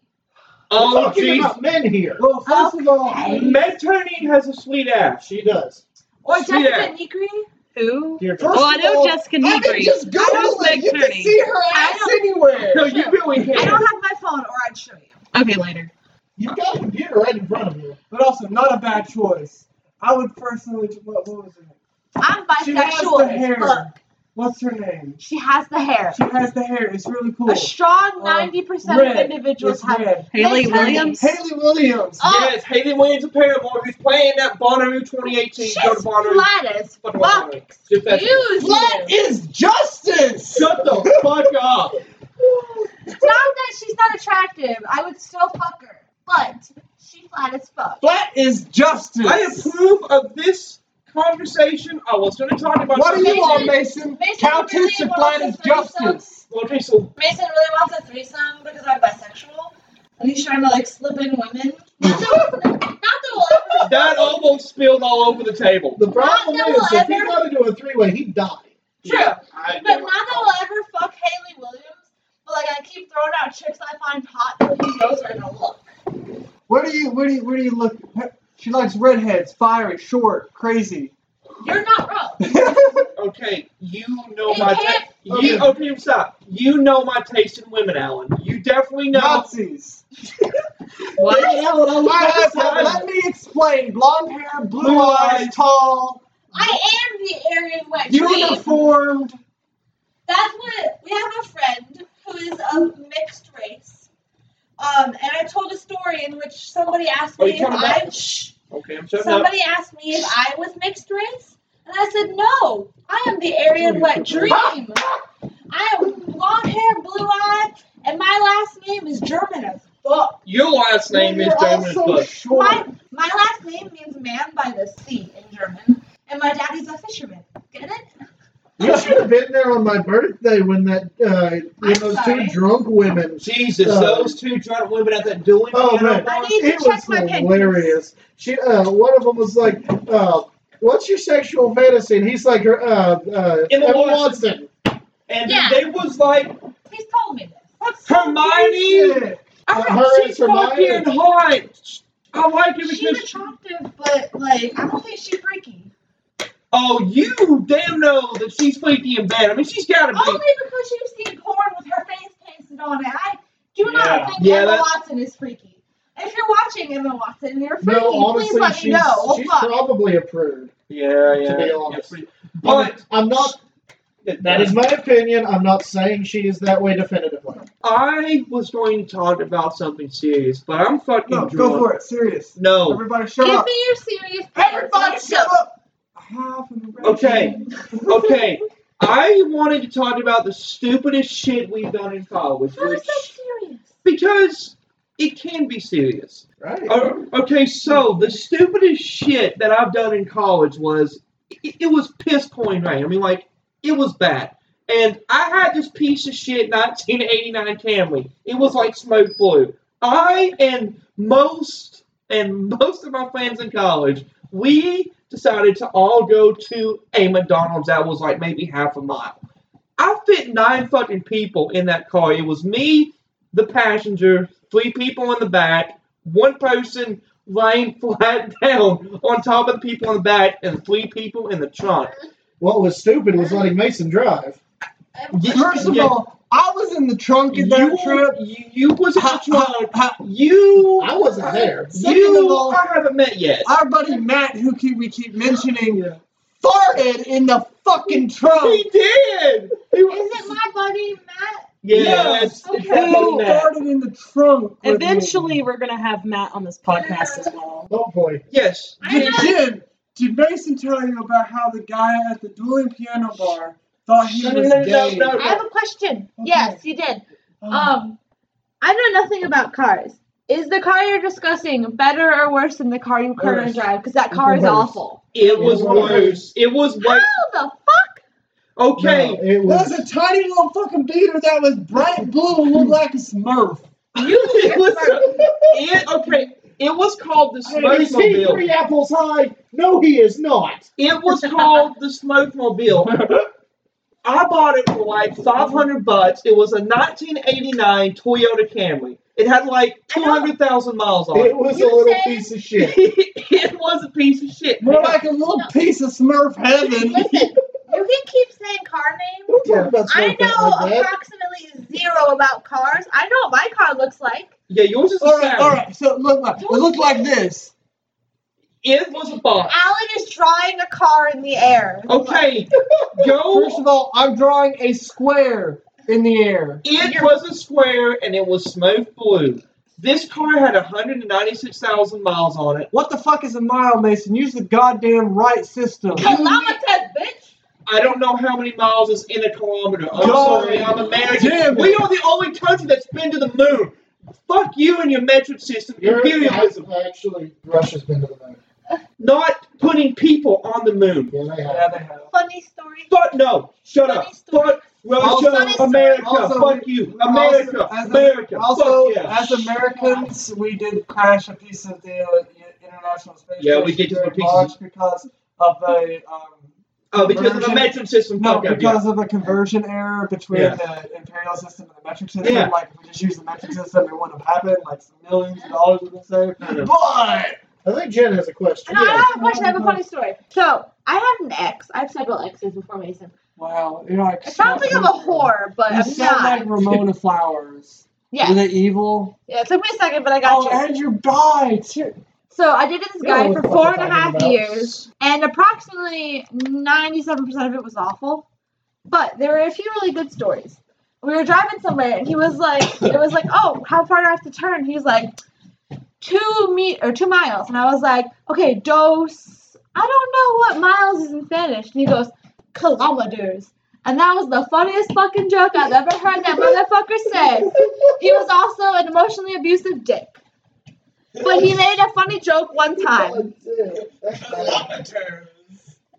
S4: We're
S5: Oh,
S4: talking
S5: jeez.
S4: about men here.
S6: Well, first of all,
S3: Okay.
S5: Meg Turney has a sweet ass.
S4: She does.
S3: Or
S5: Sweet
S3: Jessica
S5: ass.
S3: Negri?
S2: Who?
S4: Dear
S6: First
S4: God.
S2: Oh, I
S6: of all,
S2: know Jessica
S6: I can
S2: Negri.
S6: just Google
S2: Meg
S6: it. You can
S2: Turney.
S6: see her
S3: I
S6: ass
S3: don't-
S6: anywhere.
S5: No, you really
S3: I
S5: can.
S3: don't have my phone, or I'd show you.
S2: Okay, later.
S4: You've got a computer right in front of you.
S6: But also, not a bad choice. I would personally. What, what was her name?
S3: I'm
S6: She has
S3: bisexual
S6: the
S3: as
S6: hair.
S3: fuck.
S6: What's her name?
S3: She has the hair.
S6: She has the hair. It's really cool.
S3: A strong
S6: Uh,
S3: 90%
S6: red.
S3: of individuals
S6: It's
S3: have
S6: red.
S2: Haley
S3: Meg Turney.
S2: Williams.
S6: Haley Williams.
S3: Oh.
S5: Yes, Haley Williams of Paramore, who's playing that Bonnaroo 2018.
S3: She's
S5: Go to Bonnaroo.
S3: flat as
S5: Fuck
S3: fuck.
S5: Bonnaroo. Just that-
S3: Excuse
S6: What
S3: you.
S6: is justice?
S5: Shut the fuck up.
S3: It's not that she's not attractive. I would still fuck her. But she's flat as fuck.
S6: What is justice?
S5: I approve of this conversation. I was going to talk about.
S6: What are you on, Mason?
S3: Mason
S6: Cow
S3: really
S6: tits and
S3: wants
S6: flat
S3: a
S6: is
S3: threesome.
S6: justice.
S5: Okay, so
S3: Mason really wants a threesome because I'm bisexual. And he's trying to like slip in women. Not the, not the one.
S5: That almost spilled all over the table.
S4: The problem
S3: Not
S4: is, if he
S3: ever.
S4: got into a three way, he'd die.
S3: True.
S5: I
S3: But not that I'll ever fuck Haley Williams, but like I keep throwing out chicks I find hot that he knows are gonna look.
S6: Where do you where do you where do you look? She likes redheads, fiery, short, crazy.
S3: You're not wrong.
S5: Okay, you know
S3: It
S5: my
S3: can't-
S5: taste. You okay? Stop. You know my taste in women, Alan. You definitely know.
S6: Nazis.
S2: What?
S4: Yeah, well, I was
S6: I
S4: about to
S6: have-
S4: say, let-
S6: let me explain. Blonde hair, blue,
S5: Blue
S6: eyes,
S5: eyes.
S6: tall,
S3: I am the Aryan witch. Wait,
S6: uniformed.
S3: That's what we have a friend who is of mixed race. Um, and I told a story in which somebody asked
S5: Are
S3: me
S5: you
S3: if
S5: coming
S3: I
S5: back?
S3: shh,
S5: Okay, I'm shutting up.
S3: somebody asked me if I was mixed race, and I said no. I am the Aryan wet dream. I am blonde hair, blue eyed, and my last name is German as fuck.
S5: Your last name
S6: Well,
S5: is
S6: you're
S5: Dominus
S6: also
S5: Bush.
S6: short.
S3: My my last name means man by the sea in German, and my daddy's a fisherman. Get it?
S4: You should have been there on my birthday when that uh, when
S3: I'm
S4: those
S3: sorry.
S4: two drunk women.
S5: Jesus,
S4: Uh,
S5: those two drunk women at that dueling
S4: Oh
S5: piano
S3: I
S4: man,
S5: bar.
S3: need to
S4: it
S3: check
S4: was
S3: my panties.
S4: hilarious. She uh, one of them was like, uh, "What's your sexual fantasy?" And he's like, "Her uh, uh,
S5: Emma
S4: Emma
S5: Watson.
S4: Watson."
S5: And
S3: Yeah.
S5: they was like
S3: He's told me this. What's
S5: Hermione.
S4: Uh, her
S5: She's
S4: is Hermione.
S5: fucking hot. I like it
S3: She's
S5: because.
S3: attractive, but like I don't think she's freaky.
S5: Oh, you damn know that she's freaky and bad. I mean, she's gotta be.
S3: Only because you've seen porn with her face painted on it. I do
S5: Yeah.
S3: not think
S5: Yeah,
S3: Emma
S5: that-
S3: Watson is freaky. If you're watching Emma Watson and you're freaky,
S4: No,
S3: please
S4: honestly,
S3: let me
S4: she's,
S3: know. Oh,
S4: she's
S3: fuck.
S4: probably a prude.
S5: Yeah,
S4: To be
S5: yeah,
S4: honest.
S5: yeah. But
S4: I'm not. That is my opinion. I'm not saying she is that way definitively.
S5: I was going to talk about something serious, but I'm fucking
S6: No,
S5: drunk.
S6: go for it. Serious.
S5: No.
S6: Everybody, shut
S3: Give
S6: up.
S3: me your serious
S6: Everybody,
S3: answer.
S6: shut up. Half an erection.
S5: Okay. Okay. I wanted to talk about the stupidest shit we've done in college,
S3: How is
S5: which
S3: that serious?
S5: because it can be serious.
S4: Right.
S5: O- Oh, Okay, so the stupidest shit that I've done in college was it, it was piss coin rain. I mean, like it was bad. And I had this piece of shit 1989 Camry. It was like smoke blue. I and most and most of my friends in college, we decided to all go to a McDonald's that was like maybe half a mile. I fit nine fucking people in that car. It was me, the passenger, three people in the back, one person lying flat down on top of the people in the back, and three people in the trunk.
S4: What was stupid was letting Mason drive.
S5: Yeah,
S6: First of
S5: yeah.
S6: all, I was in the trunk
S5: You,
S6: of that trip.
S5: you, you was in the
S6: Ha, ha,
S5: trunk.
S6: ha.
S5: You,
S4: I wasn't there.
S6: Second
S5: you,
S6: of all-
S5: I haven't met yet.
S6: Our buddy Matt, who keep, we keep mentioning,
S5: Yeah.
S6: farted in the fucking trunk.
S5: He did. He
S3: Is
S5: was,
S3: it my buddy Matt?
S5: yes.
S6: Yes. He farted in the trunk. with me.
S2: Eventually, we're gonna have Matt on this podcast as well.
S4: Oh boy.
S5: Yes.
S3: I
S6: Did,
S3: know.
S6: did, did Mason tell you about how the guy at the dueling piano bar thought he
S5: No,
S6: was
S5: no, no,
S6: gay?
S5: no, no.
S3: I have a question. Yes, you did.
S4: Oh.
S3: Um, I know nothing about cars. Is the car you're discussing better or worse than the car you currently
S4: Worse.
S3: drive? Because that car is
S4: Worse.
S3: awful.
S5: It was
S4: Yeah.
S5: worse. It was
S3: How
S5: worse.
S3: the fuck?
S5: Okay.
S4: No, it
S6: That
S4: was.
S6: was a tiny little fucking beater that was bright blue and looked like a smurf.
S5: You, it was, it, okay. It was called the
S4: Is he
S5: Smokemobile.
S4: three apples high? No, he is not.
S5: It was called the Smokemobile. I bought it for like 500 bucks. It was a 1989 Toyota Camry. It had like
S3: I know.
S5: 200,000 miles on it.
S4: It was
S3: You
S4: a little
S3: said-
S4: piece of shit.
S5: it was a piece of shit.
S6: More like a little
S3: No.
S6: piece of smurf heaven.
S3: Listen, you can keep saying car names.
S4: Don't talk about
S3: I
S4: smoke
S3: know
S4: like that.
S3: approximately zero about cars. I know what my car looks like.
S5: Yeah, yours is a
S6: All right, all
S5: Saturn.
S6: right. So it looked like it looked like this.
S5: It was a box.
S3: Alan is drawing a car in the air.
S5: Okay,
S3: Oh.
S6: First
S5: go.
S6: of all, I'm drawing a square in the air.
S5: It was a square and it was smoke blue. This car had 196,000 miles on it.
S6: What the fuck is a mile, Mason? Use the goddamn right system.
S3: Kilometers, bitch.
S5: I don't know how many miles is in a kilometer. I'm
S6: God
S5: sorry, I'm American.
S6: damn it.
S5: We are the only country that's been to the moon. Fuck you and your metric system, imperialism,
S4: You're- Actually, Russia's been to the moon.
S5: not putting people on the moon.
S4: Yeah, they have.
S6: Yeah, they have.
S3: Funny story.
S5: Fuck no, shut up.
S3: Funny story.
S5: Fuck
S7: Russia,
S3: Also-
S7: America,
S6: also-
S7: fuck you,
S6: also-
S7: America,
S6: as a-
S7: America,
S6: Also,
S7: fuck yeah.
S6: as Americans, we did crash a piece of the uh, international space
S7: Yeah, we did
S6: Station during
S7: some pieces.
S6: March because of a um,
S7: Oh, because of the
S6: Version-
S7: metric system.
S6: no,
S7: fuck up, yeah.
S6: because of a conversion error between
S7: Yeah.
S6: the imperial system and the metric system.
S7: Yeah.
S6: Like, if we just used the metric system, it wouldn't have happened. Like, some millions of dollars would have been
S7: I know.
S6: saved. But
S4: I think Jen has a question.
S3: No, I have a question. I have a funny story. So I had an ex. I have several exes before Mason.
S6: wow, you're like
S3: It sounds like I'm a whore, but
S6: You
S3: I'm
S6: sound like
S3: not.
S6: Ramona Flowers. You're
S3: Yeah,
S6: the evil.
S3: yeah. It took me a second, but I got
S6: Oh,
S3: you.
S6: and you died too.
S3: So I dated this
S4: You know
S3: guy
S4: what
S3: for
S4: the fuck
S3: four
S4: I'm
S3: and a
S4: talking
S3: half
S4: about.
S3: years, and approximately 97% of it was awful. But there were a few really good stories. We were driving somewhere, and he was like, "It was like, oh, how far do I have to turn?" He was like, two me or two miles, and I was like, okay, dos. I don't know what miles is in Spanish, and he goes, kilometers. And that was the funniest fucking joke I've ever heard that motherfucker say. He was also an emotionally abusive dick. But he made a funny joke one time.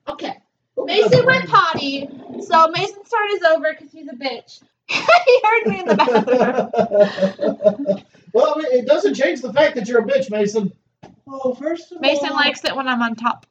S3: Okay.
S4: Oh,
S3: Mason went potty, so Mason's turn is over because he's a bitch. he heard me in the bathroom.
S4: well, I mean, it doesn't change the fact that you're a bitch, Mason.
S6: Well, first of
S3: Mason
S6: all,
S3: likes it when I'm on top.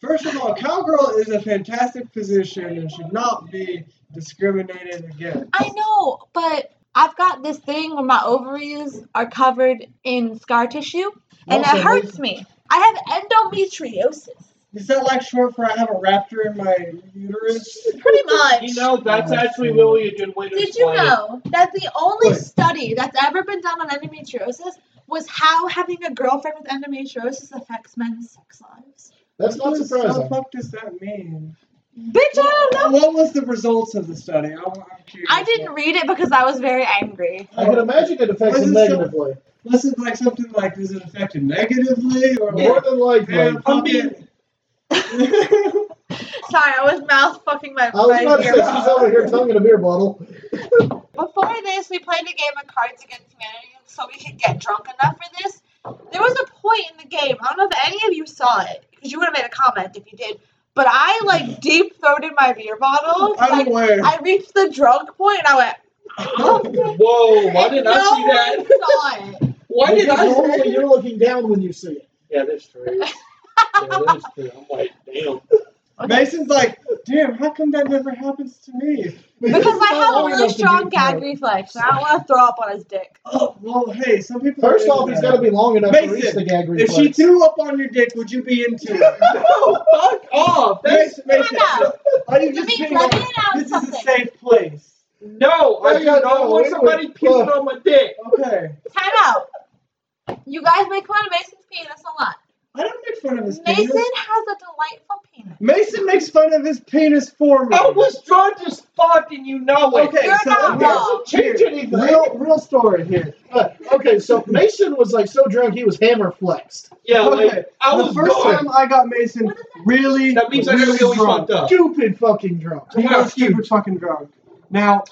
S6: First of all, cowgirl is a fantastic position and should not be discriminated against.
S3: I know, but I've got this thing where my ovaries are covered in scar tissue, and
S4: Also,
S3: it hurts me. I have endometriosis.
S6: Is that like short for I have a raptor in my uterus?
S3: Pretty much.
S7: You know, that's
S4: Oh,
S7: actually
S4: shit.
S7: really a good way to
S3: Did you
S7: explain it.
S3: know that the only
S6: What?
S3: study that's ever been done on endometriosis was how having a girlfriend with endometriosis affects men's sex lives?
S4: That's not
S6: What the
S4: surprising.
S6: fuck does that mean?
S3: Bitch, I don't know.
S6: What was the results of the study? I'm, I'm curious.
S3: I didn't read it because I was very angry.
S4: I can imagine it affects him
S6: Wasn't so-
S4: negatively.
S6: Was it Oh, like something like is it affected negatively or
S4: More than likely.
S6: Man,
S7: I mean-
S6: fucking-
S3: Sorry, I was mouth fucking my.
S4: I was
S3: my
S4: about to say
S3: ear.
S4: she's over here tongue in a beer bottle.
S3: Before this, we played a game of Cards Against Humanity so we could get drunk enough for this. There was a point in the game, I don't know if any of you saw it, because you would have made a comment if you did, but I like deep throated my beer bottle.
S6: I'm
S3: Like,
S6: aware.
S3: I reached the drunk point and I went,
S7: Whoa, why did
S3: no
S7: I see that?
S3: one saw it.
S7: Why did I
S4: Because
S7: see
S4: normally you're looking down when you see it.
S7: Yeah, that's true. Yeah, that's true. I'm like, damn.
S6: Mason's like, damn, how come that never happens to me?
S3: Because I have a
S4: Oh,
S6: Long
S3: really
S6: enough to
S3: strong
S6: deep throat.
S3: gag reflex. and I don't want to throw up on his dick.
S6: Oh, well, hey, some people.
S4: First
S6: are
S4: off,
S6: into
S4: he's
S6: that.
S4: got to be long enough
S6: Mason,
S4: to reach the gag
S6: If she
S4: reflex.
S6: threw up on your dick, would you be into it?
S7: No, fuck off. Oh, That's
S6: Mason, Mason,
S3: Come on
S6: are you
S3: Let
S6: just
S3: me,
S6: being
S3: let me
S6: like,
S3: announce
S6: this is a
S3: something.
S6: safe place?
S7: no. I do not
S4: No,
S7: want
S4: it
S7: somebody
S4: was-
S7: pissing on my dick.
S6: Okay.
S3: Time out. You guys make fun of Mason's penis a lot.
S6: I don't make fun of his
S3: Mason
S6: penis.
S3: has a delightful penis.
S6: Mason makes fun of his penis for me.
S7: I was drunk as fuck, and you know it.
S6: Okay,
S3: Oh, You're
S6: so
S3: not
S6: okay,
S3: wrong.
S6: here,
S4: Change anything.
S6: Real, real story here.
S4: okay, so Mason was like so drunk he was hammer flexed.
S7: Yeah,
S6: Okay,
S7: like, I
S6: the
S7: was
S6: first
S7: drunk.
S6: time I got Mason
S3: What does that
S6: really,
S7: That means I
S6: really
S7: gotta be always
S6: drunk.
S7: fucked up.
S4: Stupid fucking drunk.
S6: He
S7: Wow,
S6: was stupid fucking drunk. Now,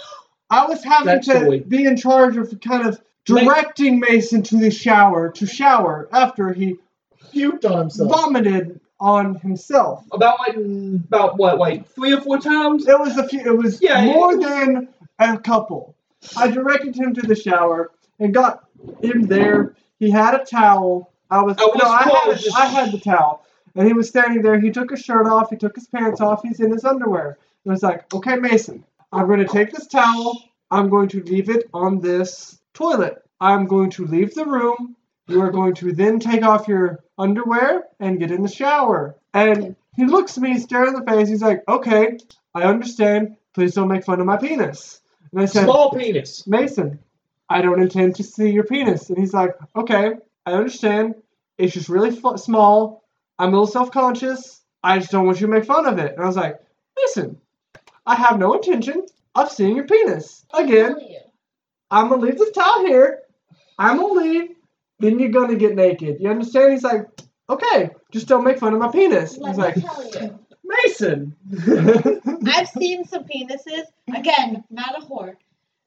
S6: I was having
S7: That's
S6: to
S7: the way-
S6: be in charge of kind of
S7: Ma-
S6: directing Mason to the shower to shower after he
S4: Puked on himself.
S6: vomited on himself.
S7: About like, mm, about what, like three or four times?
S6: It was a few. It was
S7: Yeah, it
S6: more
S7: was-
S6: than a couple. I directed him to the shower and got him there. He had a towel. I was
S7: I Oh, was
S6: no, I had,
S7: close,
S6: it-
S7: just-
S6: I had the towel, and he was standing there. He took his shirt off. He took his pants off. He's in his underwear. And it's like, okay, Mason, I'm going to take this towel. I'm going to leave it on this toilet. I'm going to leave the room. You are going to then take off your underwear and get in the shower. And he looks at me, staring in the face. He's like, okay, I understand. Please don't make fun of my penis. And I said,
S7: Small penis.
S6: Mason, I don't intend to see your penis. And he's like, okay, I understand. It's just really f- small. I'm a little self conscious. I just don't want you to make fun of it. And I was like, Mason, I have no intention of seeing your penis. Again, I'm gonna leave this towel here. I'm gonna leave. Then you're gonna get naked. You understand? He's like, okay, just don't make fun of my penis. He's like,
S3: tell you.
S6: Mason.
S3: I've seen some penises. Again, not a whore.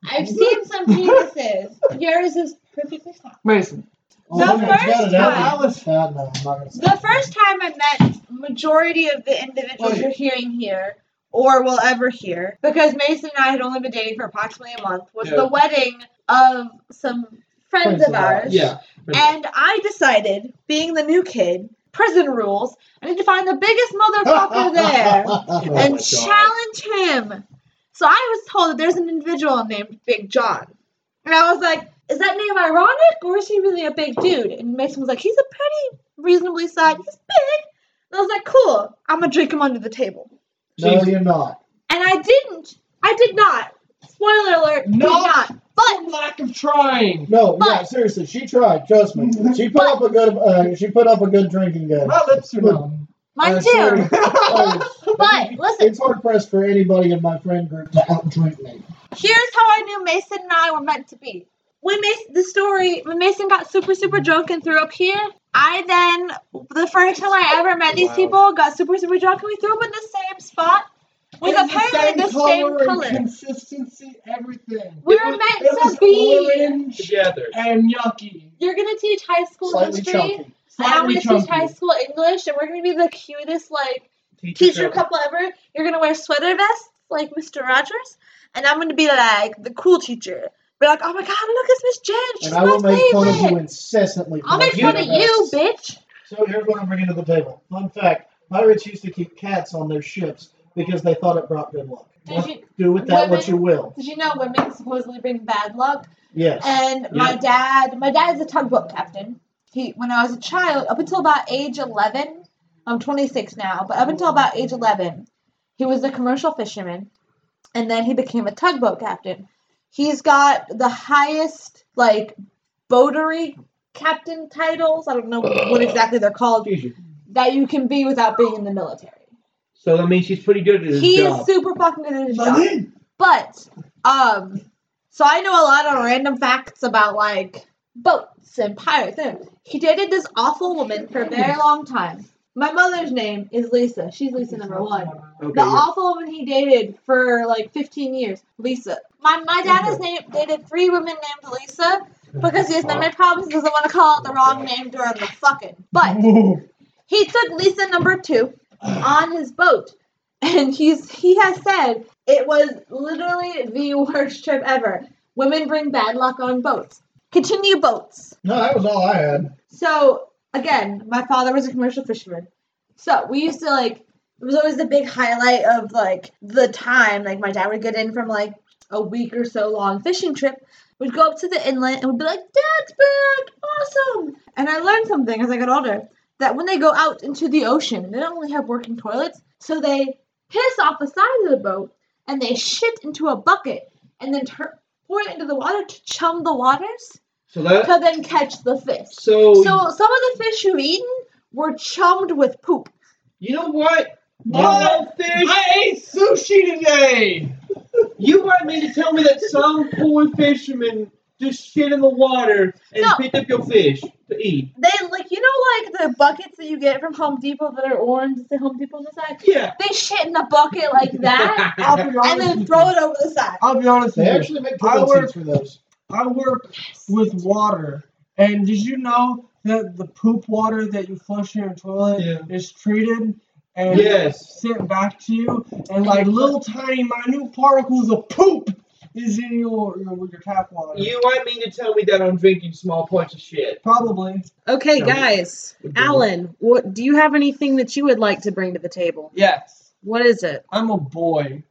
S3: I've seen some penises. Yours is perfectly fine.
S6: Mason.
S3: The
S4: I'm gonna
S3: first
S4: get it out.
S3: time-
S4: I was- ah, no, I'm not gonna say
S3: The
S4: it.
S3: first time I met majority of the individuals you're hearing here or will ever hear because Mason and I had only been dating for approximately a month was
S7: Yeah.
S3: the wedding of some friends,
S4: Friends
S3: of
S4: of ours.
S3: ours.
S7: Yeah.
S3: And I decided, being the new kid, prison rules, I need to find the biggest motherfucker there
S7: Oh
S4: Oh
S7: my
S3: and
S7: God.
S3: challenge him. So I was told that there's an individual named Big John. And I was like, is that name ironic or is he really a big dude? And Mason was like, he's a pretty reasonably sized, he's big. And I was like, cool, I'm going to drink him under the table.
S4: no, you're not.
S3: And I didn't. I did not. Spoiler alert, did
S7: No.
S3: not. But
S7: lack of trying.
S4: No,
S3: But-
S4: yeah, seriously, she tried. Trust me, she put up a good. Uh, she put up a good drinking game.
S6: My lips are numb.
S3: mine
S4: Uh,
S3: too.
S4: sorry. Sorry.
S3: But listen,
S4: It's hard pressed for anybody in my friend group to outdrink me.
S3: here's how I knew Mason and I were meant to be. When Mason, the story, when Mason got super, super drunk and threw up here, I then, the first time I ever met these
S7: Wow.
S3: people, got super, super drunk and we threw them in the same spot with
S6: It's
S3: apparently the same
S6: and
S3: color.
S6: Consistency, everything.
S3: We
S7: It
S3: were
S7: was-
S3: meant
S6: It
S3: to
S6: was
S3: be.
S6: orange
S7: Together.
S6: and yucky.
S3: You're going to teach high school
S4: Slightly
S3: history.
S4: chunky.
S3: And I'm
S6: Slightly
S3: going to teach high
S6: chunky.
S3: school English and we're going to be the cutest, like, teacher couple ever. You're gonna wear sweater vests like Mr. Rogers, and I'm gonna be like the cool teacher. Be like, oh my god, look, it's Miss Jen. She's
S4: And I will
S3: my
S4: make fun of you
S3: favorite.
S4: incessantly. for
S3: I'll
S4: my
S3: make fun of
S4: feedback.
S3: you, bitch.
S4: So here's what I'm bringing to the table. Fun fact: pirates used to keep cats on their ships because they thought it brought good luck.
S3: Did you,
S4: Do with that
S3: Women-
S4: what you will.
S3: did you know women supposedly bring bad luck?
S4: Yes.
S3: And my dad, my dad's a tugboat captain. He, when I was a child, up until about age 11, I'm 26 now, but up until about age 11, he was a commercial fisherman, and then he became a tugboat captain. He's got the highest like boatery captain titles. I don't know what exactly they're called that you can be without being in the military.
S7: So that means she's pretty good at his
S3: He is
S7: job.
S3: super fucking good at his job. But um, so I know a lot of random facts about like boats and pirates. And he dated this awful woman for a very long time. My mother's name is Lisa. She's Lisa number one.
S7: okay,
S3: The
S7: yeah.
S3: awful woman he dated for like 15 years, Lisa. My my dad has named dated three women named Lisa because he has memory problems. and Doesn't want to call it the wrong name during the fucking. But he took Lisa number two on his boat, and he's he has said it was literally the worst trip ever. Women bring bad luck on boats. Continue boats.
S4: no, that was all I had.
S3: So again, my father was a commercial fisherman, so we used to like it was always the big highlight of like the time. Like my dad would get in from like a week or so long fishing trip. We'd go up to the inlet and we'd be like, "Dad's back! Awesome!" And I learned something as I got older that when they go out into the ocean, they don't only have working toilets, so they piss off the side of the boat and they shit into a bucket and then tur pour it into the water to chum the waters
S7: So that.
S3: to then catch the fish.
S7: So,
S3: So some of the fish you eaten were chummed with poop.
S7: you know what?
S6: What?
S7: Wild fish.
S6: I ate sushi today.
S7: You want me to tell me that some poor fisherman just shit in the water and
S3: No.
S7: picked up your fish to eat?
S3: They like you know like the buckets that you get from Home Depot that are orange that say Home Depot on the side.
S7: Yeah.
S3: They shit in a bucket like that
S6: I'll be honest.
S3: and then throw it over the side.
S6: I'll be honest
S4: They
S6: with you.
S4: actually make
S6: I
S4: toilet
S6: work-
S4: seats for those.
S6: I work with water, and did you know that the poop water that you flush in your toilet
S7: Yeah.
S6: is treated and
S7: Yes.
S6: sent back to you, and like little tiny minute particles of poop is in your your, your tap water.
S7: You want me to tell me that I'm drinking small parts of shit?
S6: Probably.
S2: Okay,
S7: No.
S2: guys. Alan, what do you have anything that you would like to bring to the table?
S6: Yes.
S2: What is it?
S6: I'm a boy.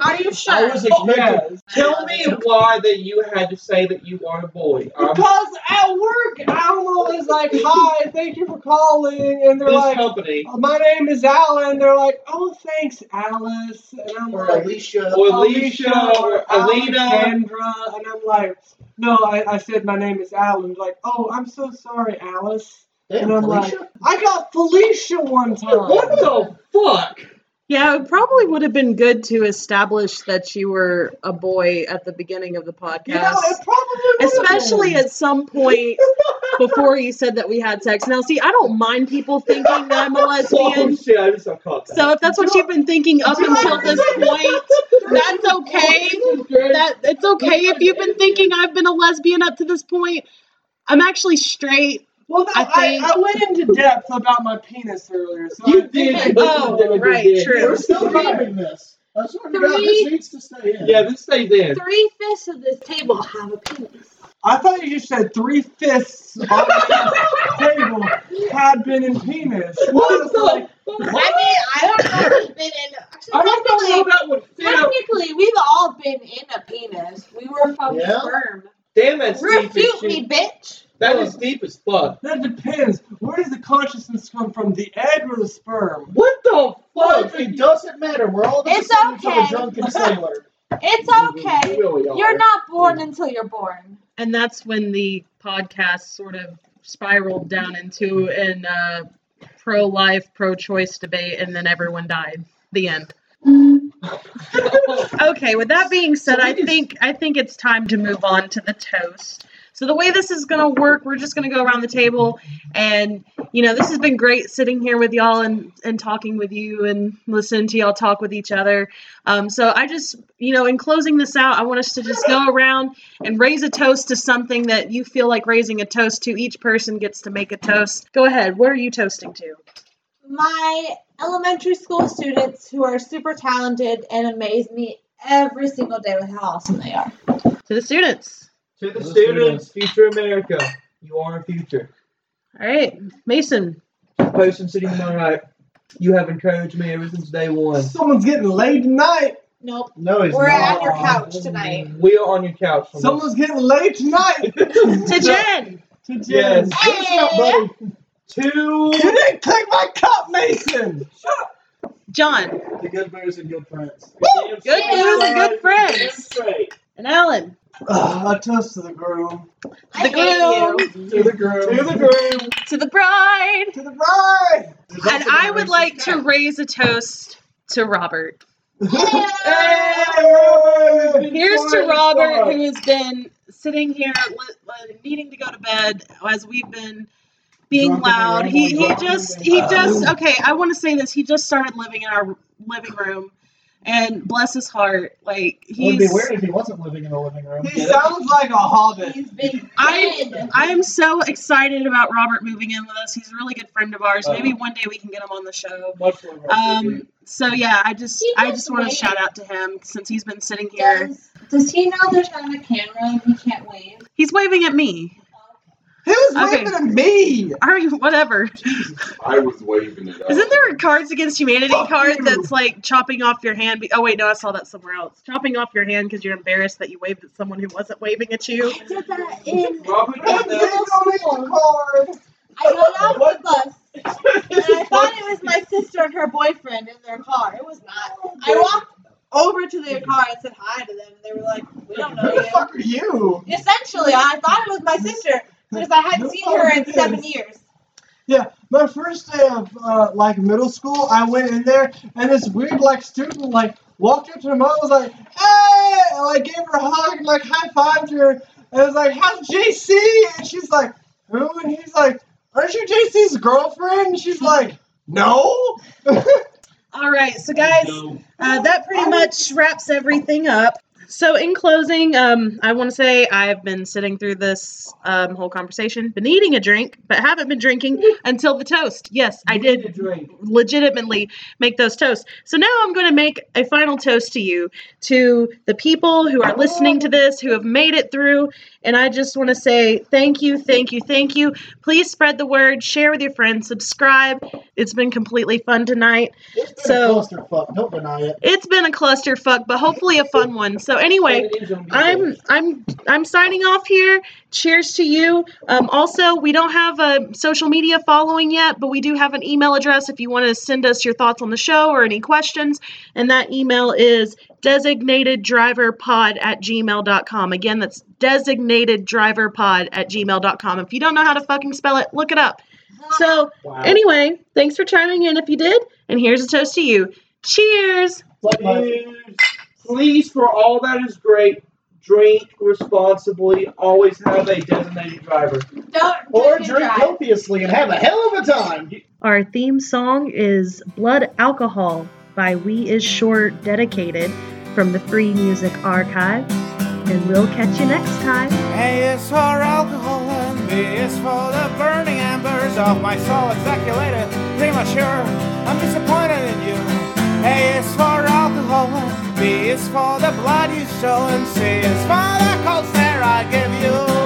S3: Are you
S4: I
S3: sure?
S4: was expecting.
S6: Oh, Yes.
S7: Tell me why that you had to say that you are a boy. I'm
S6: Because at work, Alma is like, "Hi, thank you for calling," and they're
S7: this
S6: like,
S7: company.
S6: Oh, "My name is Alan." They're like, "Oh, thanks, Alice," and I'm
S4: Or
S6: like,
S4: Alicia.
S7: Or Alicia, or Alina.
S6: Alexandra, and I'm like, no, I, I said my name is Alan. Like, oh, I'm so sorry, Alice.
S4: Damn,
S6: and I'm like-
S4: Alicia.
S6: I got Felicia one
S2: Oh,
S6: time.
S7: What the fuck?
S2: Yeah, it probably would have been good to establish that you were a boy at the beginning of the podcast.
S6: You know, it probably would've
S2: Especially
S6: been.
S2: at some point before you said that we had sex. Now, see, I don't mind people thinking that I'm a
S7: Oh
S2: lesbian.
S7: shit, I just got caught.
S2: So if that's what you've been thinking up until this point, that's okay. That it's okay if you've been thinking I've been a lesbian up to this point. I'm actually straight,
S6: Well, no,
S2: I
S6: I,
S2: think-
S6: I, went into depth about my penis earlier. So
S7: You
S6: I
S7: did.
S6: think-
S2: Oh,
S7: You did.
S2: right, true.
S4: We're still driving this. I swear to God,
S3: Three.
S4: this needs to stay in.
S7: Yeah, this stays in.
S3: Three fifths of this table have a penis.
S6: I thought you just said three fifths on the table had been in penis.
S7: What the?
S3: I mean, I don't know if it's been in. Actually,
S7: I don't know how
S3: technically,
S7: that would fit up.
S3: technically, we've all been in a penis. We were fucking
S4: Yeah?
S3: sperm.
S7: Damn, that's deep as
S3: Refute
S7: shit.
S3: me, bitch.
S7: That is deep as fuck.
S6: That depends. Where does the consciousness come from? The egg or the sperm?
S7: What the
S4: Well,
S7: fuck?
S4: it doesn't matter. We're all
S3: It's
S4: just sitting until
S3: okay.
S4: a drunken sailor.
S3: It's okay.
S7: really are.
S3: You're not born until you're born.
S2: and that's when the podcast sort of spiraled down into an uh, pro-life, pro-choice debate, and then everyone died. The end. Okay. With that being said, I think I think it's time to move on to the toast. So the way this is gonna work, we're just gonna go around the table, and you know this has been great sitting here with y'all and and talking with you and listening to y'all talk with each other. Um, so I just you know in closing this out, I want us to just go around and raise a toast to something that you feel like raising a toast to. Each person gets to make a toast. Go ahead. What are you toasting to?
S3: My elementary school students who are super talented and amaze me every single day with how awesome they are.
S2: To the students.
S7: To the students, future America, you are a future.
S2: All right, Mason.
S7: The person sitting to my right, you have encouraged me ever since day one.
S6: Someone's getting laid tonight.
S3: Nope.
S4: No, he's
S3: We're
S4: not.
S3: at your couch tonight.
S7: We are on your couch. from
S6: Someone's getting laid tonight.
S2: To Jen.
S6: To Jen.
S7: Yes.
S4: What's up, buddy?
S7: Two.
S6: You didn't click my cup, Mason.
S2: John.
S4: The good bears and good friends.
S2: Good news and good
S7: Damn
S2: friends.
S7: straight.
S2: And Alan.
S6: Uh, a toast to the groom.
S3: I
S2: The
S3: hate you.
S6: To the groom.
S7: To the groom.
S2: To the bride.
S6: To the bride.
S2: And I would like to raise a toast to Robert.
S6: Hey!
S2: Here's to
S7: Before I
S2: Robert,
S7: start.
S2: who has been sitting here, li- li- needing to go to bed as we've been being
S6: Drunk in the
S2: loud.
S6: room,
S2: He he
S6: drunk in the
S2: just
S6: room.
S2: he just okay. I want to say this. He just started living in our living room, and bless his heart, like
S4: It would be
S2: he's.
S4: weird if he wasn't living in the living room.
S6: He sounds like a hobbit.
S3: He's been
S2: I-
S3: dead.
S2: I am so excited about Robert moving in with us. He's a really good friend of ours. Maybe one day we can get him on the show.
S7: Much more
S2: Um, so yeah, I just
S3: He
S2: I
S3: does
S2: just want to
S3: wait.
S2: shout out to him since he's been sitting here.
S3: Does, does he know there's not a camera and he can't wave?
S2: He's waving at me.
S6: He was
S2: Okay.
S6: waving at me.
S2: Are you whatever?
S8: I was waving it.
S2: Isn't there a Cards Against Humanity
S6: Fuck
S2: card
S6: you.
S2: that's like chopping off your hand? Be- oh wait, no, I saw that somewhere else. Chopping off your hand because you're embarrassed that you waved at someone who wasn't waving at you.
S3: I did that in.
S7: Robert
S6: He
S3: That's
S7: is
S6: did
S7: the-
S6: on his card.
S3: I got out of the bus and I thought it was my sister and her boyfriend in their car. It was not. I walked over to
S2: Mm-hmm.
S3: their car and said hi to them, and they were like, "We don't know
S6: Who the
S3: you."
S6: fuck are you?
S3: Essentially, I thought it was my sister because I hadn't seen her in seven years.
S6: My first day of uh, like middle school, I went in there and this weird like student like walked up to her mom was like, "Hey!" and like gave her a hug and like high fived her and was like, "How's JC?" and she's like, "Who?" and he's like, "Aren't you JC's girlfriend?" And she's like, "No."
S2: All right, so guys, uh, that pretty much wraps everything up. So in closing, um, I want to say I've been sitting through this um, whole conversation, been eating a drink, but haven't been drinking until the toast. Yes, I did
S7: Drink.
S2: legitimately make those toasts. So now I'm going to make a final toast to you, to the people who are listening to this, who have made it through. And I just want to say thank you, thank you, thank you. Please spread the word, share with your friends, subscribe. It's been completely fun tonight.
S4: It's been
S2: So-
S4: a clusterfuck. Don't deny it.
S2: It's been a clusterfuck, but hopefully a fun one. So anyway, I'm I'm I'm signing off here. Cheers to you. Um, also, we don't have a social media following yet, but we do have an email address if you want to send us your thoughts on the show or any questions. And that email is designatedriverpod at gmail.com. Again, that's designatedriverpod at gmail.com. If you don't know how to fucking spell it, look it up. So anyway, thanks for chiming in if you did. And here's a toast to you. Cheers!
S4: Like my
S7: Dude, please, for all that is great, drink responsibly. Always have a designated driver.
S3: Don't
S4: Or
S3: drink and
S4: drink
S3: drive.
S4: copiously and have a hell of a time.
S2: Our theme song is Blood Alcohol by We Is Sure Dedicated from the Free Music Archive. And we'll catch you next time.
S1: ASR alcohol and is full of burning embers of my soul ejaculated premature. I'm disappointed in you. A is for alcohol. B is for the blood you show, and C is for the cold stare I give you.